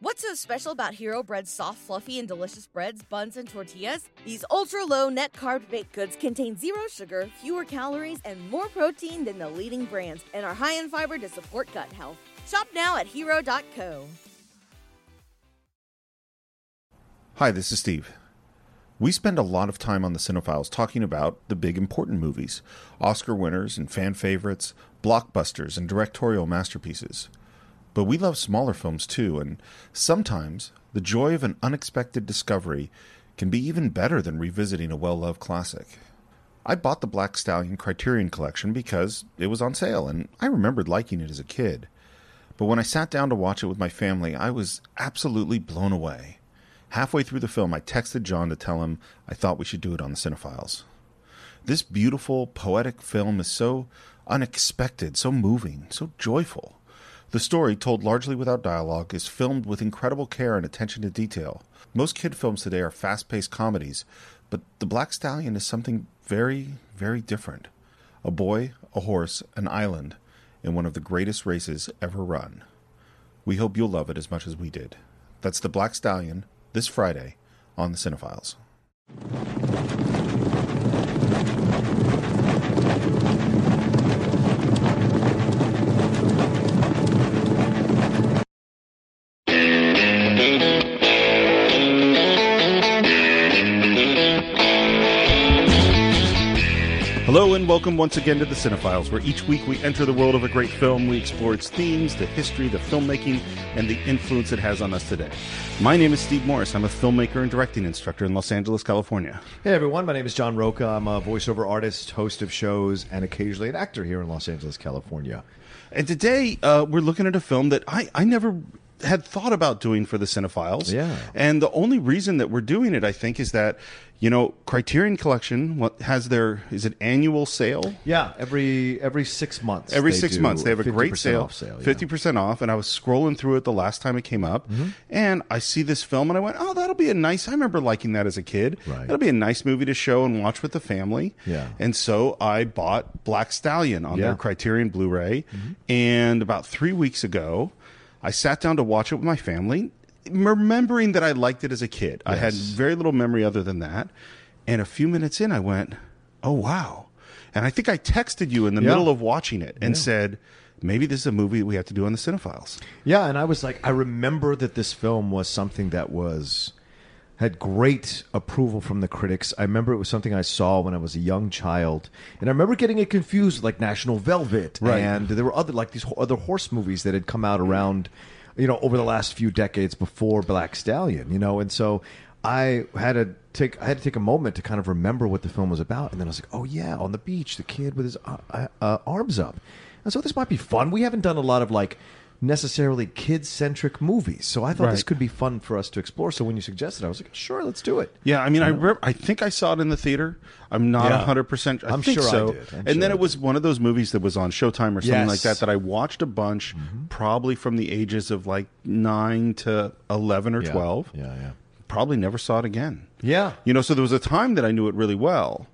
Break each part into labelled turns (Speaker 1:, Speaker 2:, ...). Speaker 1: What's so special about Hero Bread's soft, fluffy, and delicious breads, buns, and tortillas? These ultra low net carb baked goods contain zero sugar, fewer calories, and more protein than the leading brands, and are high in fiber to support gut health. Shop now at hero.co.
Speaker 2: Hi, this is Steve. We spend a lot of time on the Cinephiles talking about the big important movies, Oscar winners and fan favorites, blockbusters and directorial masterpieces. But we love smaller films too, and sometimes the joy of an unexpected discovery can be even better than revisiting a well loved classic. I bought the Black Stallion Criterion Collection because it was on sale, and I remembered liking it as a kid. But when I sat down to watch it with my family, I was absolutely blown away. Halfway through the film, I texted John to tell him I thought we should do it on the Cinephiles. This beautiful, poetic film is so unexpected, so moving, so joyful. The story, told largely without dialogue, is filmed with incredible care and attention to detail. Most kid films today are fast paced comedies, but The Black Stallion is something very, very different. A boy, a horse, an island, in one of the greatest races ever run. We hope you'll love it as much as we did. That's The Black Stallion this Friday on The Cinephiles. Hello and welcome once again to the Cinephiles, where each week we enter the world of a great film. We explore its themes, the history, the filmmaking, and the influence it has on us today. My name is Steve Morris. I'm a filmmaker and directing instructor in Los Angeles, California.
Speaker 3: Hey everyone, my name is John Roca. I'm a voiceover artist, host of shows, and occasionally an actor here in Los Angeles, California.
Speaker 2: And today uh, we're looking at a film that I, I never had thought about doing for the Cinephiles.
Speaker 3: Yeah.
Speaker 2: And the only reason that we're doing it, I think, is that, you know, Criterion Collection what has their, is it annual sale?
Speaker 3: Yeah, every every six months.
Speaker 2: Every
Speaker 3: they
Speaker 2: six
Speaker 3: do
Speaker 2: months, they have a great
Speaker 3: 50%
Speaker 2: sale,
Speaker 3: off sale, yeah.
Speaker 2: fifty percent off. And I was scrolling through it the last time it came up,
Speaker 3: Mm-hmm.
Speaker 2: and I see this film, and I went, "Oh, that'll be a nice." I remember liking that as a kid.
Speaker 3: Right.
Speaker 2: That'll be a nice movie to show and watch with the family.
Speaker 3: Yeah.
Speaker 2: And so I bought Black Stallion on their
Speaker 3: Yeah. Mm-hmm.
Speaker 2: Criterion Blu-ray, and about three weeks ago, I sat down to watch it with my family, remembering that I liked it as a kid. I had very little memory other than that, and a few minutes in, I went, "Oh wow." And I think I texted you in the
Speaker 3: Yeah.
Speaker 2: middle of watching it and said, maybe this is a movie we have to do on the Cinephiles.
Speaker 3: Yeah, and I was like, I remember that this film was something that was had great approval from the critics. I remember it was something I saw when I was a young child, and I remember getting it confused with like National Velvet,
Speaker 2: Right.
Speaker 3: and there were other like these ho- other horse movies that had come out around, you know, over the last few decades before Black Stallion, you know, and so. I had to take I had to take a moment to kind of remember what the film was about, and then I was like, "Oh yeah, on the beach, the kid with his uh, uh, arms up." And so this might be fun. We haven't done a lot of like necessarily kid centric movies. So I thought this
Speaker 2: Right.
Speaker 3: could be fun for us to explore. So when you suggested, I was like, sure, let's do it.
Speaker 2: Yeah, I mean, I re- I think I saw it in the theater. I'm not
Speaker 3: Yeah.
Speaker 2: 100%. I
Speaker 3: I'm
Speaker 2: think
Speaker 3: sure I
Speaker 2: so.
Speaker 3: did. I'm
Speaker 2: and
Speaker 3: sure
Speaker 2: then
Speaker 3: I
Speaker 2: it was one of those movies that was on Showtime or something
Speaker 3: Yes.
Speaker 2: like that that I watched a bunch, probably from the ages of like 9 to 11 or 12.
Speaker 3: Yeah, yeah.
Speaker 2: Probably never saw it again.
Speaker 3: Yeah.
Speaker 2: You know, so there was a time that I knew it really well.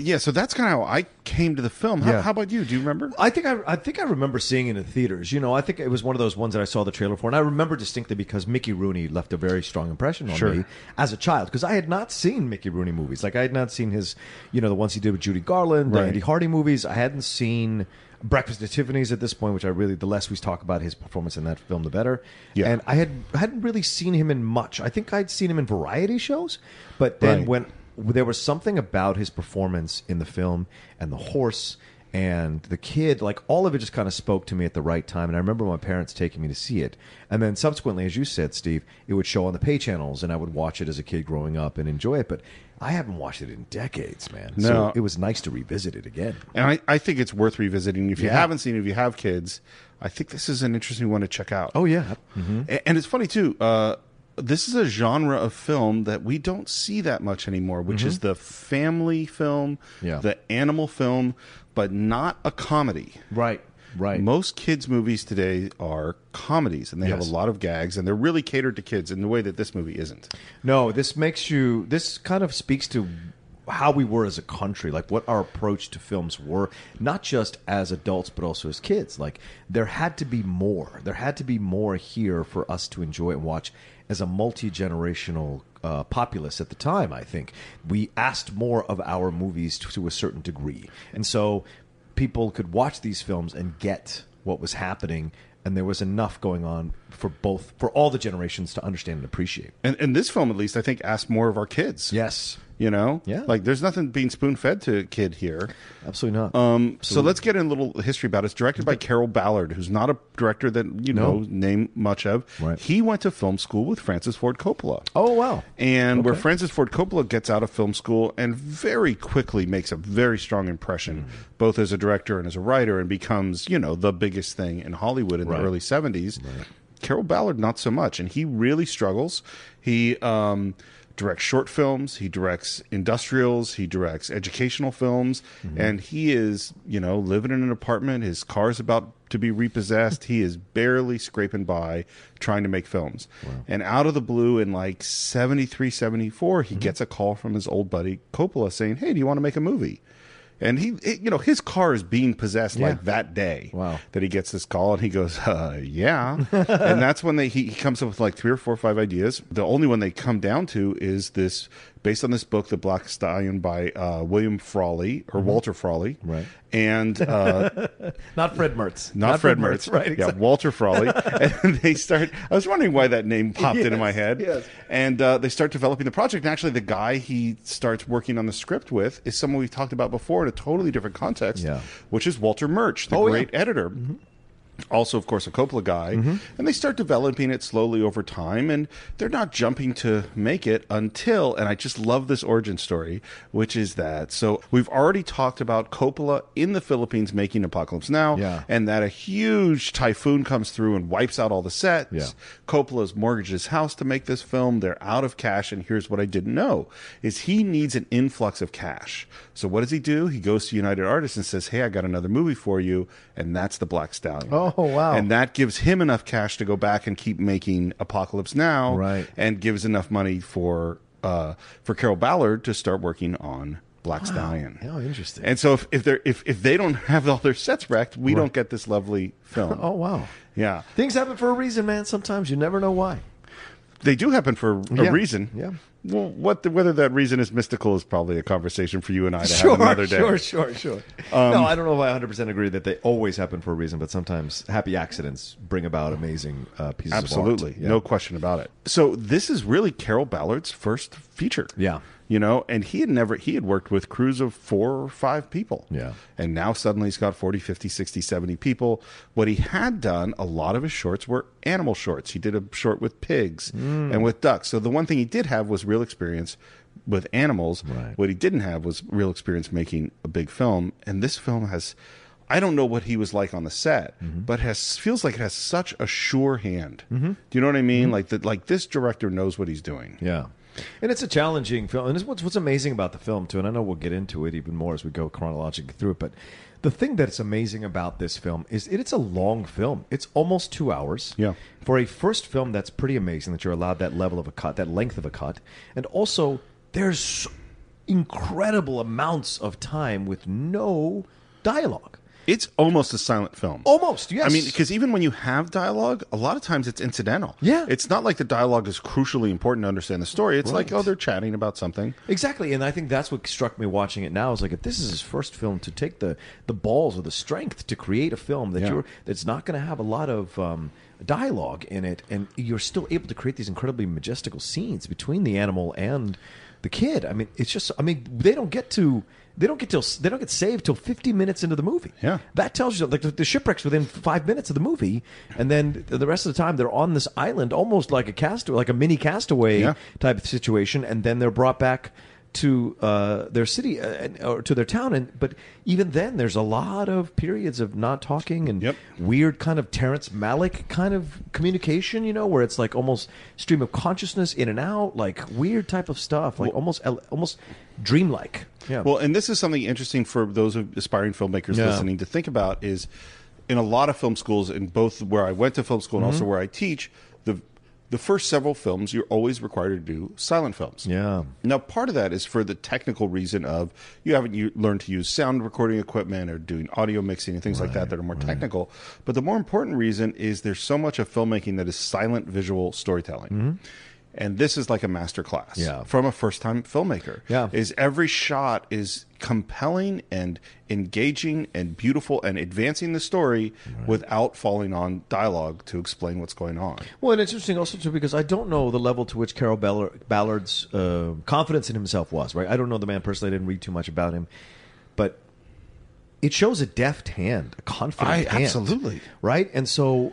Speaker 2: Yeah, so that's kind of how I came to the film. How,
Speaker 3: Yeah.
Speaker 2: how about you? Do you remember?
Speaker 3: I think I, I think I remember seeing it in theaters. You know, I think it was one of those ones that I saw the trailer for, and I remember distinctly because Mickey Rooney left a very strong impression on
Speaker 2: Sure.
Speaker 3: me as a child because I had not seen Mickey Rooney movies. Like I had not seen his, you know, the ones he did with Judy Garland, the
Speaker 2: Right.
Speaker 3: Andy Hardy movies. I hadn't seen Breakfast at Tiffany's at this point, which I really the less we talk about his performance in that film, the better.
Speaker 2: Yeah.
Speaker 3: and I had hadn't really seen him in much. I think I'd seen him in variety shows, but then
Speaker 2: Right.
Speaker 3: when there was something about his performance in the film and the horse and the kid like all of it just kind of spoke to me at the right time and i remember my parents taking me to see it and then subsequently as you said steve it would show on the pay channels and i would watch it as a kid growing up and enjoy it but i haven't watched it in decades man
Speaker 2: No.
Speaker 3: so it was nice to revisit it again
Speaker 2: And I, I think it's worth revisiting. If you
Speaker 3: Yeah.
Speaker 2: haven't seen it, if you have kids, I think this is an interesting one to check out.
Speaker 3: oh yeah
Speaker 2: A- And it's funny, too. Uh, this is a genre of film that we don't see that much anymore, which is the family film,
Speaker 3: Mm-hmm. Yeah.
Speaker 2: the animal film, but not a comedy.
Speaker 3: right right
Speaker 2: Most kids' movies today are comedies, and they have
Speaker 3: Yes.
Speaker 2: a lot of gags, and they're really catered to kids in the way that this movie isn't.
Speaker 3: No, this makes you. This kind of speaks to how we were as a country, like what our approach to films were, not just as adults but also as kids. Like there had to be more. There had to be more here for us to enjoy and watch as a multi generational uh, populace at the time. I think we asked more of our movies to, to a certain degree, and so people could watch these films and get what was happening. And there was enough going on for both, for all the generations to understand and appreciate.
Speaker 2: And, and this film, at least, I think, asked more of our kids.
Speaker 3: Yes,
Speaker 2: You know?
Speaker 3: Yeah.
Speaker 2: Like, there's nothing being spoon fed to a kid here.
Speaker 3: absolutely not.
Speaker 2: Um, so let's get in a little history about it. It's directed by Carol Ballard, who's not a director that you know name much of.
Speaker 3: Right.
Speaker 2: He went to film school with Francis Ford Coppola.
Speaker 3: oh wow!
Speaker 2: And where Francis Ford Coppola gets out of film school and very quickly makes a very strong impression, both as a director and as a writer, and becomes, you know, the biggest thing in Hollywood in
Speaker 3: Right.
Speaker 2: the early 70s. Carol Ballard, not so much. And he really struggles. He um, directs short films, he directs industrials, he directs educational films, and he is, you know, living in an apartment. His car's about to be repossessed. he is barely scraping by trying to make films. And out of the blue, in like 73, 74, he gets a call from his old buddy Coppola saying, Hey, do you want to make a movie? And he, it- you know, his car is being possessed like that day
Speaker 3: Wow.
Speaker 2: that he gets this call and he goes, uh, yeah. and that's when they, he, he comes up with like three or four or five ideas. The only one they come down to is this, based on this book, The Black Stallion by uh, William Frawley or Walter Frawley.
Speaker 3: Right.
Speaker 2: And uh,
Speaker 3: Not Fred Mertz.
Speaker 2: not, Fred, Mertz.
Speaker 3: Right.
Speaker 2: Yeah, Walter Frawley. and they start, I was wondering why that name popped into my head.
Speaker 3: yes.
Speaker 2: And uh, they start developing the project. And actually, the guy he starts working on the script with is someone we've talked about before in a totally different context,
Speaker 3: Yeah.
Speaker 2: which is Walter Murch, the
Speaker 3: Oh, yeah.
Speaker 2: great editor also, of course, a Coppola guy,
Speaker 3: Mm-hmm.
Speaker 2: and they start developing it slowly over time, and they're not jumping to make it until, and I just love this origin story, which is that. So we've already talked about Coppola in the Philippines making Apocalypse Now,
Speaker 3: Yeah.
Speaker 2: and that a huge typhoon comes through and wipes out all the sets.
Speaker 3: Yeah.
Speaker 2: Coppola's mortgaged his house to make this film. They're out of cash, and here's what I didn't know: is he needs an influx of cash. So what does he do? He goes to United Artists and says, "Hey, I got another movie for you," and that's the Black Stallion.
Speaker 3: Oh, wow.
Speaker 2: And that gives him enough cash to go back and keep making Apocalypse Now,
Speaker 3: Right.
Speaker 2: And gives enough money for uh, for Carol Ballard to start working on Black Stallion.
Speaker 3: How Oh, interesting.
Speaker 2: And so if if they if if they don't have all their sets wrecked, we don't get this lovely film.
Speaker 3: oh wow.
Speaker 2: yeah.
Speaker 3: Things happen for a reason, man. Sometimes you never know why.
Speaker 2: They do happen for a
Speaker 3: Yeah.
Speaker 2: reason.
Speaker 3: Yeah.
Speaker 2: Well, what the, whether that reason is mystical is probably a conversation for you and I to have another day. Um,
Speaker 3: sure, sure, sure. no, I don't know if I 100% agree that they always happen for a reason, but sometimes happy accidents bring about amazing uh, pieces
Speaker 2: Absolutely.
Speaker 3: of art. Yeah.
Speaker 2: No question about it. So this is really Carol Ballard's first feature.
Speaker 3: Yeah.
Speaker 2: You know, and he had never he had worked with crews of 4 or 5 people.
Speaker 3: Yeah.
Speaker 2: And now suddenly he's got 40, 50, 60, 70 people. What he had done, a lot of his shorts were animal shorts. He did a short with pigs and with ducks. So the one thing he did have was real experience with animals.
Speaker 3: Right.
Speaker 2: What he didn't have was real experience making a big film. And this film has, I don't know what he was like on the set, but has feels like it has such a sure hand. Do you know what I mean? Like that, like this director knows what he's doing.
Speaker 3: Yeah. And it's a challenging film. And it's what's, what's amazing about the film, too, and I know we'll get into it even more as we go chronologically through it, but the thing that's amazing about this film is it, it's a long film. It's almost two hours.
Speaker 2: Yeah.
Speaker 3: For a first film, that's pretty amazing that you're allowed that level of a cut, that length of a cut. And also, there's incredible amounts of time with no dialogue.
Speaker 2: It's almost a silent film.
Speaker 3: Almost, yes.
Speaker 2: I mean, because even when you have dialogue, a lot of times it's incidental.
Speaker 3: Yeah.
Speaker 2: It's not like the dialogue is crucially important to understand the story. It's like,
Speaker 3: Right.
Speaker 2: oh, they're chatting about something.
Speaker 3: Exactly, and I think that's what struck me watching it now. Is like if this is his first film to take the the balls or the strength to create a film that
Speaker 2: Yeah.
Speaker 3: you're that's not going to have a lot of um, dialogue in it, and you're still able to create these incredibly majestical scenes between the animal and the kid. I mean, it's just I mean they don't get to they don't get till they don't get saved till 50 minutes into the movie.
Speaker 2: Yeah.
Speaker 3: that tells you like the, the shipwrecks within five minutes of the movie, and then the rest of the time they're on this island almost like a castaway, like a mini castaway
Speaker 2: Yeah.
Speaker 3: type of situation, and then they're brought back to uh, their city uh, and- or to their town. And but even then, there's a lot of periods of not talking and
Speaker 2: Yep.
Speaker 3: weird kind of Terrence Malick kind of communication, you know, where it's like almost stream of consciousness in and out, like weird type of stuff, like almost el- almost dreamlike. Yeah.
Speaker 2: Well, and this is something interesting for those of aspiring filmmakers
Speaker 3: Yeah.
Speaker 2: listening to think about
Speaker 3: Mm-hmm.
Speaker 2: is in a lot of film schools, in both where I went to film school and also where I teach, the the first several films you're always required to do silent films.
Speaker 3: Yeah.
Speaker 2: Now, part of that is for the technical reason of you haven't u- learned to use sound recording equipment or doing audio mixing and things like that that are more technical. But the more important reason is there's so much of filmmaking that is silent visual storytelling. And this is like a master class
Speaker 3: Mm-hmm. Yeah.
Speaker 2: from a first time filmmaker.
Speaker 3: Yeah.
Speaker 2: Is every shot is compelling and engaging and beautiful and advancing the story without falling on dialogue to explain what's going on.
Speaker 3: Well, and it's interesting also too because I don't know the level to which Carol Ballard, Ballard's uh, confidence in himself was. Right, I don't know the man personally. I didn't read too much about him, but it shows a deft hand, a confident
Speaker 2: I-
Speaker 3: hand,
Speaker 2: absolutely.
Speaker 3: right. And so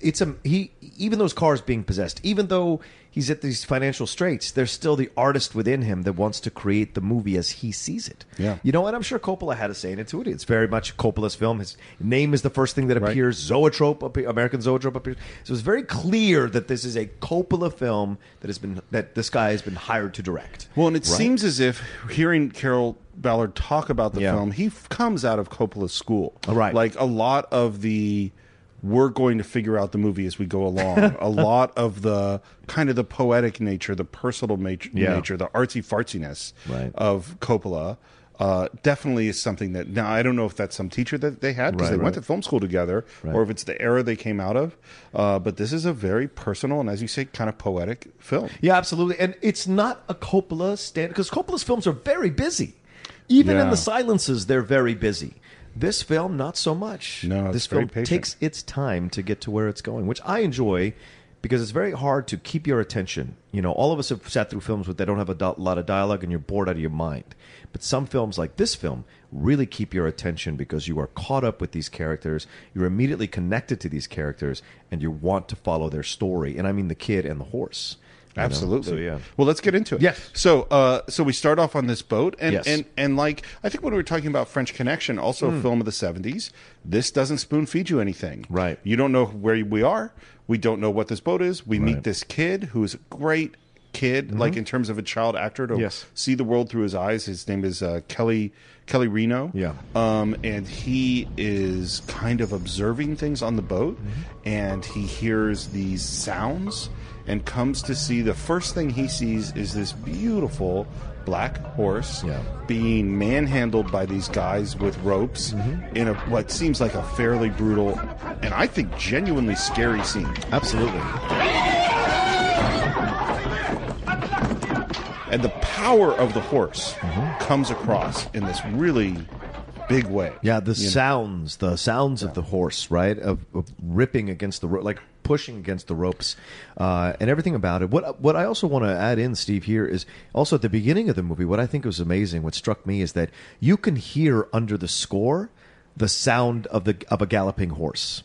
Speaker 3: it's a he. Even though his car is being possessed, even though he's at these financial straits, there's still the artist within him that wants to create the movie as he sees it.
Speaker 2: Yeah.
Speaker 3: you know, and I'm sure Coppola had a say in it too. It's very much Coppola's film. His name is the first thing that appears
Speaker 2: Right.
Speaker 3: appears, Zoetrope, appe- American Zoetrope appears. So it's very clear that this is a Coppola film that has been that this guy has been hired to direct.
Speaker 2: Well, and it
Speaker 3: Right.
Speaker 2: seems as if hearing Carol Ballard talk about the
Speaker 3: Yeah. Oh,
Speaker 2: film, he f- comes out of Coppola's school.
Speaker 3: Right.
Speaker 2: Like a lot of the we're going to figure out the movie as we go along. a lot of the kind of the poetic nature, the personal nature,
Speaker 3: Yeah.
Speaker 2: nature the artsy fartsiness
Speaker 3: Right.
Speaker 2: of Coppola uh, definitely is something that now I don't know if that's some teacher that they had because
Speaker 3: Right,
Speaker 2: they went
Speaker 3: right.
Speaker 2: to film school together
Speaker 3: Right.
Speaker 2: or if it's the era they came out of. Uh, but this is a very personal and, as you say, kind of poetic film.
Speaker 3: Yeah, absolutely. And it's not a Coppola stand because Coppola's films are very busy. Even in
Speaker 2: Yeah.
Speaker 3: the silences, they're very busy. This film, not so much.
Speaker 2: No, it's
Speaker 3: this
Speaker 2: very
Speaker 3: film
Speaker 2: patient.
Speaker 3: takes its time to get to where it's going, which I enjoy because it's very hard to keep your attention. You know, all of us have sat through films where they don't have a do- lot of dialogue and you're bored out of your mind. But some films, like this film, really keep your attention because you are caught up with these characters. You're immediately connected to these characters, and you want to follow their story. And I mean the kid and the horse. You know?
Speaker 2: Absolutely.
Speaker 3: So, yeah.
Speaker 2: Well, let's get into it.
Speaker 3: Yes.
Speaker 2: So, uh, so we start off on this boat, and
Speaker 3: Yes. Hmm.
Speaker 2: and and like I think when we were talking about French Connection, also a film of the seventies, this doesn't spoon feed you anything.
Speaker 3: Right.
Speaker 2: You don't know where we are. We don't know what this boat is. We
Speaker 3: Right. Mm-hmm.
Speaker 2: meet this kid who is a great kid, like in terms of a child actor to
Speaker 3: Yes.
Speaker 2: see the world through his eyes. His name is uh, Kelly Kelly Reno.
Speaker 3: Yeah.
Speaker 2: Um, and he is kind of observing things on the boat,
Speaker 3: Mm-hmm.
Speaker 2: and he hears these sounds, and comes to see the first thing he sees is this beautiful black horse
Speaker 3: Yeah.
Speaker 2: being manhandled by these guys with ropes
Speaker 3: Mm-hmm.
Speaker 2: in a what seems like a fairly brutal and I think genuinely scary scene.
Speaker 3: Absolutely.
Speaker 2: And the power of the horse
Speaker 3: Mm-hmm.
Speaker 2: comes across in this really big way.
Speaker 3: Yeah, the
Speaker 2: You know?
Speaker 3: sounds, the sounds of the horse, right? Of, of ripping against the rope, like pushing against the ropes, uh, and everything about it. What what I also want to add in, Steve, here is also at the beginning of the movie. What I think was amazing, what struck me, is that you can hear under the score the sound of the of a galloping horse.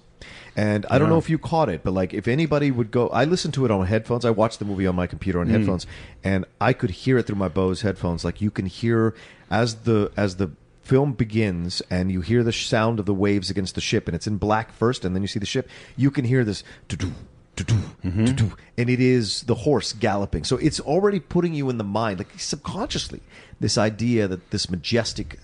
Speaker 3: And I don't know if you caught it, but like if anybody would go, I listened to it on headphones. I watched the movie on my computer on headphones, and I could hear it through my Bose headphones. Like you can hear as the as the film begins, and you hear the sh- sound of the waves against the ship, and it's in black first, and then you see the ship. You can hear this. "Doo-doo, doo-doo, doo-doo," And it is the horse galloping. So it's already putting you in the mind, like subconsciously, this idea that this majestic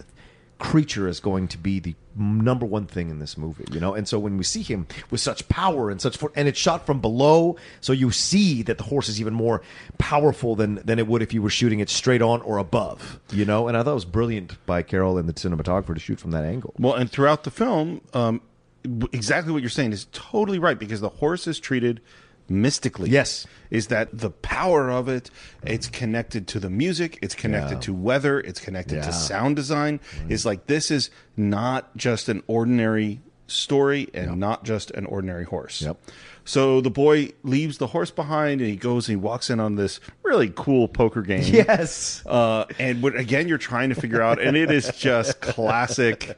Speaker 3: creature is going to be the number one thing in this movie, you know. And so when we see him with such power and such, for- and it's shot from below, so you see that the horse is even more powerful than than it would if you were shooting it straight on or above, you know. And I thought it was brilliant by Carol and the cinematographer to shoot from that angle.
Speaker 2: Well, and throughout the film, um, w- exactly what you're saying is totally right because the horse is treated mystically.
Speaker 3: Yes.
Speaker 2: Is that the power of it? It's connected to the music, it's connected
Speaker 3: Yeah.
Speaker 2: to weather, it's connected
Speaker 3: Yeah.
Speaker 2: to sound design. Is like this is not just an ordinary story and not just an ordinary horse.
Speaker 3: Yep.
Speaker 2: So the boy leaves the horse behind and he goes and he walks in on this really cool poker game.
Speaker 3: Yes.
Speaker 2: Uh, and what, again, you're trying to figure out, and it is just classic,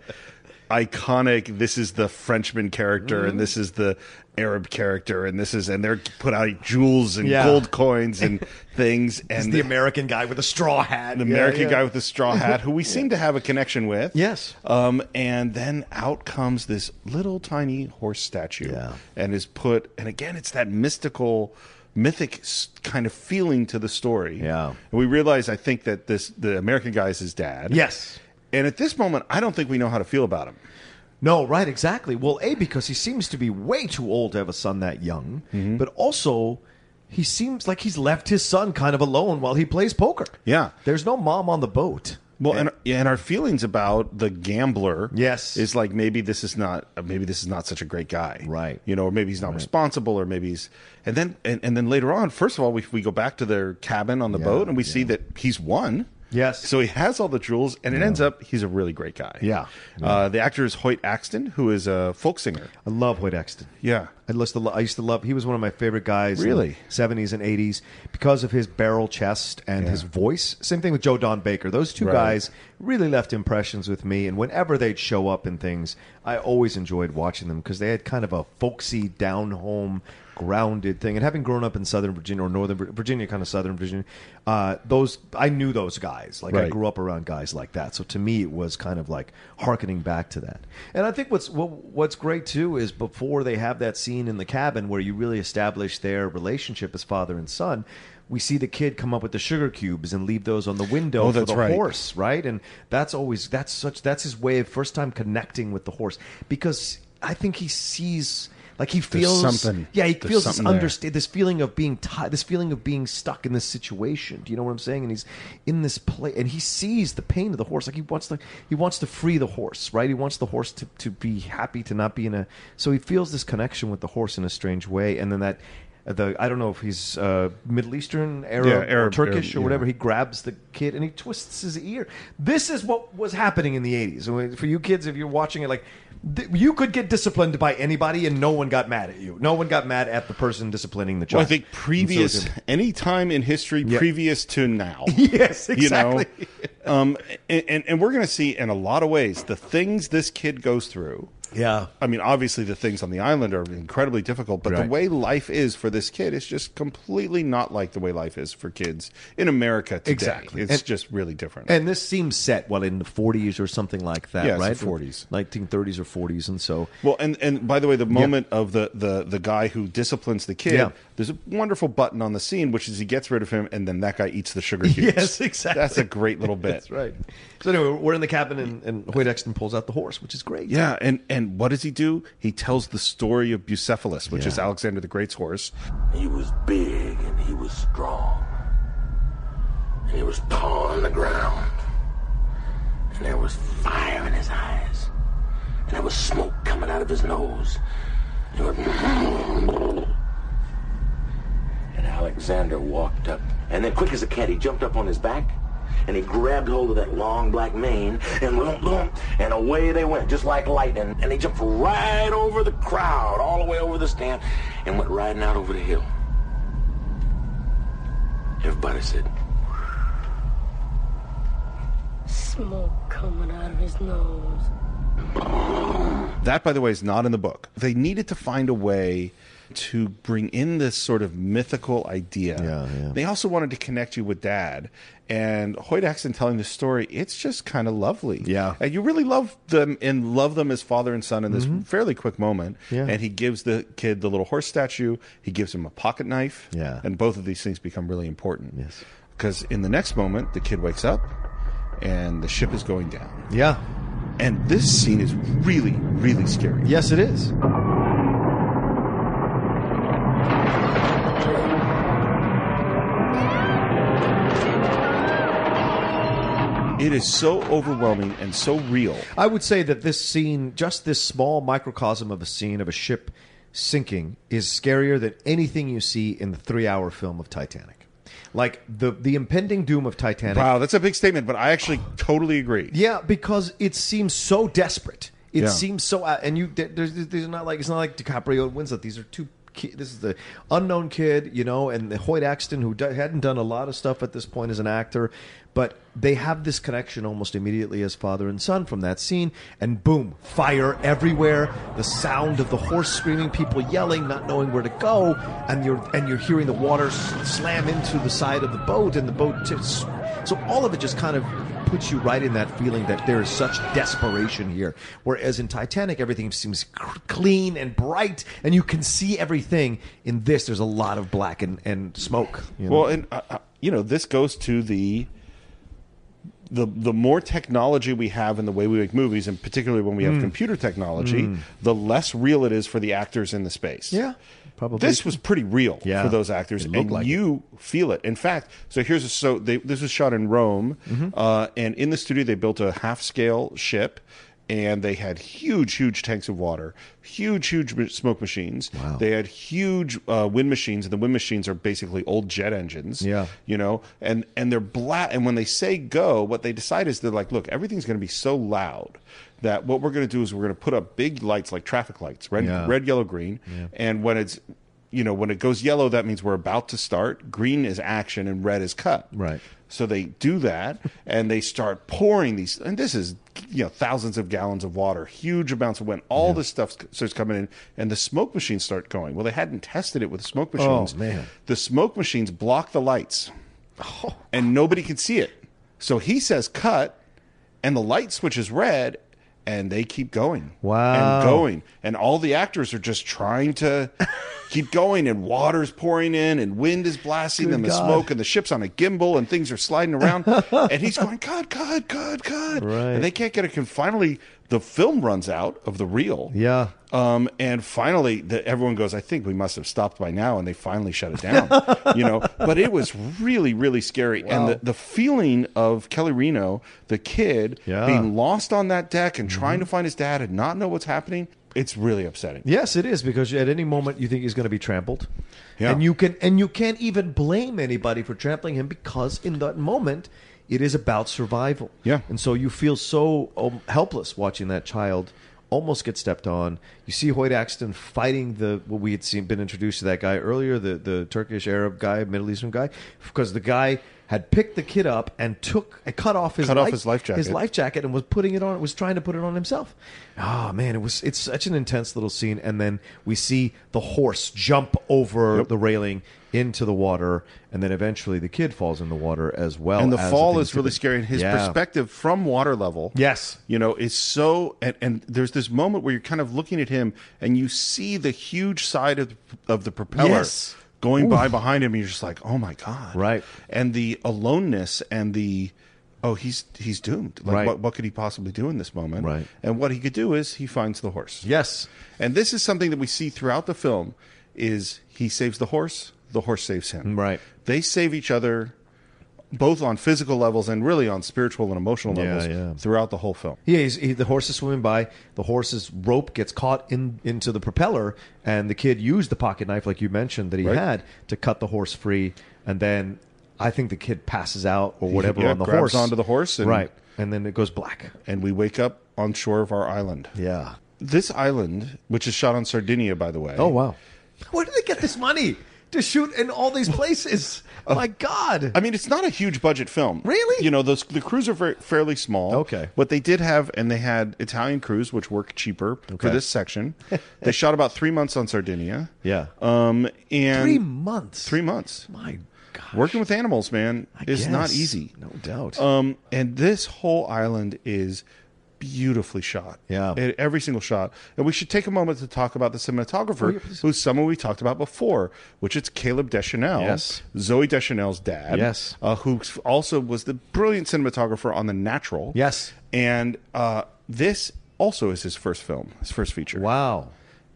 Speaker 2: iconic. This is the Frenchman character, and this is the Arab character, and this is, and they're put out jewels and
Speaker 3: Yeah.
Speaker 2: gold coins and things, and
Speaker 3: The American guy with a straw hat,
Speaker 2: the American guy with the straw hat, who we seem to have a connection with.
Speaker 3: Yes.
Speaker 2: Um, and then out comes this little tiny horse statue
Speaker 3: Yeah.
Speaker 2: and is put, and again, it's that mystical, mythic s- kind of feeling to the story.
Speaker 3: Yeah.
Speaker 2: And we realize, I think, that this the American guy is his dad.
Speaker 3: Yes.
Speaker 2: And at this moment, I don't think we know how to feel about him.
Speaker 3: No, right,
Speaker 2: Mm-hmm.
Speaker 3: exactly. Well, A, because he seems to be way too old to have a son that young, but also he seems like he's left his son kind of alone while he plays poker.
Speaker 2: Yeah.
Speaker 3: There's no mom on the boat.
Speaker 2: Well, and yeah, and our feelings about the gambler,
Speaker 3: Yes.
Speaker 2: is like maybe this is not maybe this is not such a great guy,
Speaker 3: Right.
Speaker 2: You know, or maybe he's not responsible, or maybe he's and then and, and then later on, first of all, we we go back to their cabin on the boat and we see that he's won.
Speaker 3: Yes.
Speaker 2: so he has all the jewels, and it ends up he's a really great guy.
Speaker 3: Yeah.
Speaker 2: Uh, the actor is Hoyt Axton, who is a folk singer.
Speaker 3: I love Hoyt Exton.
Speaker 2: Yeah,
Speaker 3: I used to love. I used to love. He was one of my favorite guys.
Speaker 2: Really?
Speaker 3: seventies and eighties because of his barrel chest and his voice. Same thing with Joe Don Baker. Those two
Speaker 2: Right.
Speaker 3: guys really left impressions with me. And whenever they'd show up in things, I always enjoyed watching them because they had kind of a folksy, down home, grounded thing. And having grown up in Southern Virginia or Northern Vir- Virginia, kind of Southern Virginia, uh, those I knew those guys. Like I
Speaker 2: Right.
Speaker 3: grew up around guys like that. So to me, it was kind of like harkening back to that. And I think what's what, what's great too is before they have that scene in the cabin where you really establish their relationship as father and son. We see the kid come up with the sugar cubes and leave those on the window
Speaker 2: Oh,
Speaker 3: for
Speaker 2: that's
Speaker 3: the
Speaker 2: right.
Speaker 3: horse, right? And that's always that's such that's his way of first time connecting with the horse because I think he sees like he feels
Speaker 2: something.
Speaker 3: Yeah, he
Speaker 2: There's
Speaker 3: feels this
Speaker 2: something there.
Speaker 3: understa- this feeling of being tied, this feeling of being stuck in this situation. Do you know what I'm saying? And he's in this place, and he sees the pain of the horse. Like he wants to, he wants to free the horse, right? He wants the horse to, to be happy, to not be in a. So he feels this connection with the horse in a strange way, and then that. The I don't know if he's uh, Middle Eastern, Arab,
Speaker 2: Yeah, Arab,
Speaker 3: or Turkish,
Speaker 2: Arab,
Speaker 3: or whatever.
Speaker 2: yeah.
Speaker 3: He grabs the kid and he twists his ear. This is what was happening in the '80s. I mean, For you kids, if you're watching it, like th- you could get disciplined by anybody, and no one got mad at you. No one got mad at the person disciplining the child.
Speaker 2: Well, I think previous
Speaker 3: And so
Speaker 2: any time in history previous to now.
Speaker 3: Yes, exactly.
Speaker 2: You know, um, and, and and we're going to see in a lot of ways the things this kid goes through.
Speaker 3: Yeah.
Speaker 2: I mean, obviously the things on the island are incredibly difficult, but
Speaker 3: Right.
Speaker 2: the way life is for this kid is just completely not like the way life is for kids in America today.
Speaker 3: Exactly.
Speaker 2: it's
Speaker 3: And-
Speaker 2: just really different.
Speaker 3: And this seems set well in the 40s or something like that,
Speaker 2: Yeah, it's
Speaker 3: right?
Speaker 2: the 40s.
Speaker 3: 1930s or 40s, and so
Speaker 2: Well, and and by the way, the moment of the the the guy who disciplines the kid,
Speaker 3: Yeah.
Speaker 2: there's a wonderful button on the scene, which is he gets rid of him, and then that guy eats the sugar cubes.
Speaker 3: Yes, exactly.
Speaker 2: That's a great little bit.
Speaker 3: that's right. So anyway, we're in the cabin, and, and Hoyt Exton pulls out the horse, which is great.
Speaker 2: Yeah, and and what does he do? He tells the story of Bucephalus, which is Alexander the Great's horse.
Speaker 4: He was big and he was strong. And he was tall on the ground. And there was fire in his eyes. And there was smoke coming out of his nose. And, "Mm-hmm." it went and Alexander walked up. And then quick as a cat, he jumped up on his back. And he grabbed hold of that long black mane. And boom, boom. And away they went, just like lightning. And they jumped right over the crowd, all the way over the stand. And went riding out over the hill. Everybody said,
Speaker 5: Smoke coming out of his nose.
Speaker 2: That, by the way, is not in the book. They needed to find a way to bring in this sort of mythical idea.
Speaker 3: Yeah, yeah.
Speaker 2: They also wanted to connect you with dad. And Hoyt Axton telling the story, it's just kind of lovely.
Speaker 3: Yeah.
Speaker 2: And you really love them and love them as father and son in this fairly quick moment.
Speaker 3: Mm-hmm. Yeah.
Speaker 2: And he gives the kid the little horse statue, he gives him a pocket knife.
Speaker 3: Yeah.
Speaker 2: And both of these things become really important.
Speaker 3: Yes.
Speaker 2: Because in the next moment, the kid wakes up and the ship is going down.
Speaker 3: yeah,
Speaker 2: And this scene is really, really scary.
Speaker 3: yes, it is.
Speaker 2: It is so overwhelming and so real.
Speaker 3: I would say that this scene, just this small microcosm of a scene of a ship sinking, is scarier than anything you see in the three-hour film of Titanic. Like the the impending doom of Titanic.
Speaker 2: Wow, that's a big statement, but I actually totally agree.
Speaker 3: Yeah, because it seems so desperate. It
Speaker 2: Yeah.
Speaker 3: seems so, out- and you there- there's, there's not like it's not like DiCaprio and Winslet. These are two. ki- This is the unknown kid, you know, and the Hoyt Axton, who do- hadn't done a lot of stuff at this point as an actor, but they have this connection almost immediately as father and son from that scene. And boom, fire everywhere, the sound of the horse screaming, people yelling, not knowing where to go, and you're and you're hearing the water s- slam into the side of the boat, and the boat tips. So all of it just kind of puts you right in that feeling that there is such desperation here. Whereas in Titanic, everything seems c- clean and bright, and you can see everything. In this, there's a lot of black and, and smoke. you know?
Speaker 2: Well, and uh, uh, you know, this goes to the the the more technology we have in the way we make movies, and particularly when we
Speaker 3: Mm.
Speaker 2: have computer technology, the less real it is for the actors in the space.
Speaker 3: Yeah, probably.
Speaker 2: This was pretty real
Speaker 3: Yeah.
Speaker 2: for those actors,
Speaker 3: It looked
Speaker 2: and
Speaker 3: like it.
Speaker 2: you feel it. In fact, so here's a so they, this was shot in Rome,
Speaker 3: Mm-hmm.
Speaker 2: uh, and in the studio they built a half scale ship. And they had huge, huge tanks of water, huge, huge ma- smoke machines.
Speaker 3: Wow.
Speaker 2: They had huge uh, wind machines, and the wind machines are basically old jet engines
Speaker 3: Yeah.
Speaker 2: you know and and they're black and when they say go what they decide is they're like look everything's going to be so loud that what we're going to do is we're going to put up big lights like traffic lights red
Speaker 3: Yeah.
Speaker 2: red yellow green and when it's you know when it goes yellow that means we're about to start green is action and red is cut
Speaker 3: Right.
Speaker 2: so they do that and they start pouring these and this is you know thousands of gallons of water huge amounts of wind all this stuff starts coming in and the smoke machines start going well they hadn't tested it with the smoke machines
Speaker 3: Oh, man. Oh.
Speaker 2: the smoke machines block the lights and nobody can see it. So he says cut, and the light switches red, and they keep going.
Speaker 3: Wow.
Speaker 2: And going. And all the actors are just trying to keep going, and water's pouring in, and wind is blasting,
Speaker 3: Good
Speaker 2: and the
Speaker 3: God.
Speaker 2: smoke, and the ship's on a gimbal, and things are sliding around. and he's going, cut, cut, cut, cut.
Speaker 3: Right.
Speaker 2: And they can't get it. And finally, the film runs out of the reel.
Speaker 3: Yeah.
Speaker 2: Um, and finally, the, everyone goes, I think we must have stopped by now. And they finally shut it down, you know. But it was really, really scary. And the, the feeling of Kelly Reno, the kid,
Speaker 3: Yeah.
Speaker 2: being lost on that deck and trying to find his dad and not know what's happening, it's really upsetting.
Speaker 3: Yes, it is because at any moment you think he's going to be trampled,
Speaker 2: Yeah.
Speaker 3: and you can and you can't even blame anybody for trampling him because in that moment it is about survival.
Speaker 2: Yeah.
Speaker 3: and so you feel so um, helpless watching that child almost get stepped on. You see Hoyt Axton fighting the what we had seen been introduced to that guy earlier, the the Turkish Arab guy, Middle Eastern guy, because the guy had picked the kid up and took and cut off his
Speaker 2: Cut off his life
Speaker 3: his
Speaker 2: jacket.
Speaker 3: life life jacket and was putting it on was trying to put it on himself oh man it was it's such an intense little scene and then we see the horse jump over the railing into the water and then eventually the kid falls in the water as well
Speaker 2: and the
Speaker 3: as
Speaker 2: fall
Speaker 3: thing
Speaker 2: is really
Speaker 3: tipping.
Speaker 2: scary. And his
Speaker 3: Yeah.
Speaker 2: perspective from water level,
Speaker 3: Yes.
Speaker 2: you know, is so. And, and there's this moment where you're kind of looking at him and you see the huge side of of the propeller
Speaker 3: Yes.
Speaker 2: going by behind him. And you're just like, oh my god,
Speaker 3: Right.
Speaker 2: And the aloneness and the oh, he's he's doomed. Like,
Speaker 3: Right.
Speaker 2: what what could he possibly do in this moment?
Speaker 3: Right.
Speaker 2: And what he could do is he finds the horse.
Speaker 3: yes
Speaker 2: And this is something that we see throughout the film is he saves the horse, the horse saves him.
Speaker 3: Right.
Speaker 2: They save each other both on physical levels and really on spiritual and emotional
Speaker 3: Yeah,
Speaker 2: levels
Speaker 3: yeah.
Speaker 2: throughout the whole film.
Speaker 3: Yeah, he's, he, the horse is swimming by. The horse's rope gets caught in into the propeller, and the kid used the pocket knife, like you mentioned, that he
Speaker 2: Right.
Speaker 3: had to cut the horse free. And then I think the kid passes out or whatever
Speaker 2: yeah,
Speaker 3: on the
Speaker 2: grabs
Speaker 3: horse,
Speaker 2: onto the horse and-
Speaker 3: right? And then it goes black.
Speaker 2: And we wake up on shore of our island.
Speaker 3: Yeah.
Speaker 2: This island, which is shot on Sardinia, by the way.
Speaker 3: Oh wow. Where did they get this money to shoot in all these places? My God.
Speaker 2: I mean, it's not a huge budget film.
Speaker 3: Really?
Speaker 2: You know, those, the crews are very, fairly small.
Speaker 3: Okay.
Speaker 2: What they did have, and they had Italian crews, which worked cheaper
Speaker 3: Okay.
Speaker 2: for this section. they shot about three months on Sardinia.
Speaker 3: yeah.
Speaker 2: Um, and
Speaker 3: three months.
Speaker 2: Three months.
Speaker 3: My God.
Speaker 2: Working with animals, man, is not easy.
Speaker 3: No doubt.
Speaker 2: Um, and this whole island is beautifully shot.
Speaker 3: Yeah.
Speaker 2: And every single shot. And we should take a moment to talk about the cinematographer,
Speaker 3: Oh, yeah, please.
Speaker 2: who's someone we talked about before, which it's Caleb Deschanel,
Speaker 3: Yes.
Speaker 2: Zoe Deschanel's dad,
Speaker 3: Yes.
Speaker 2: uh, who also was the brilliant cinematographer on The Natural.
Speaker 3: Yes.
Speaker 2: And uh, this also is his first film, his first feature.
Speaker 3: wow.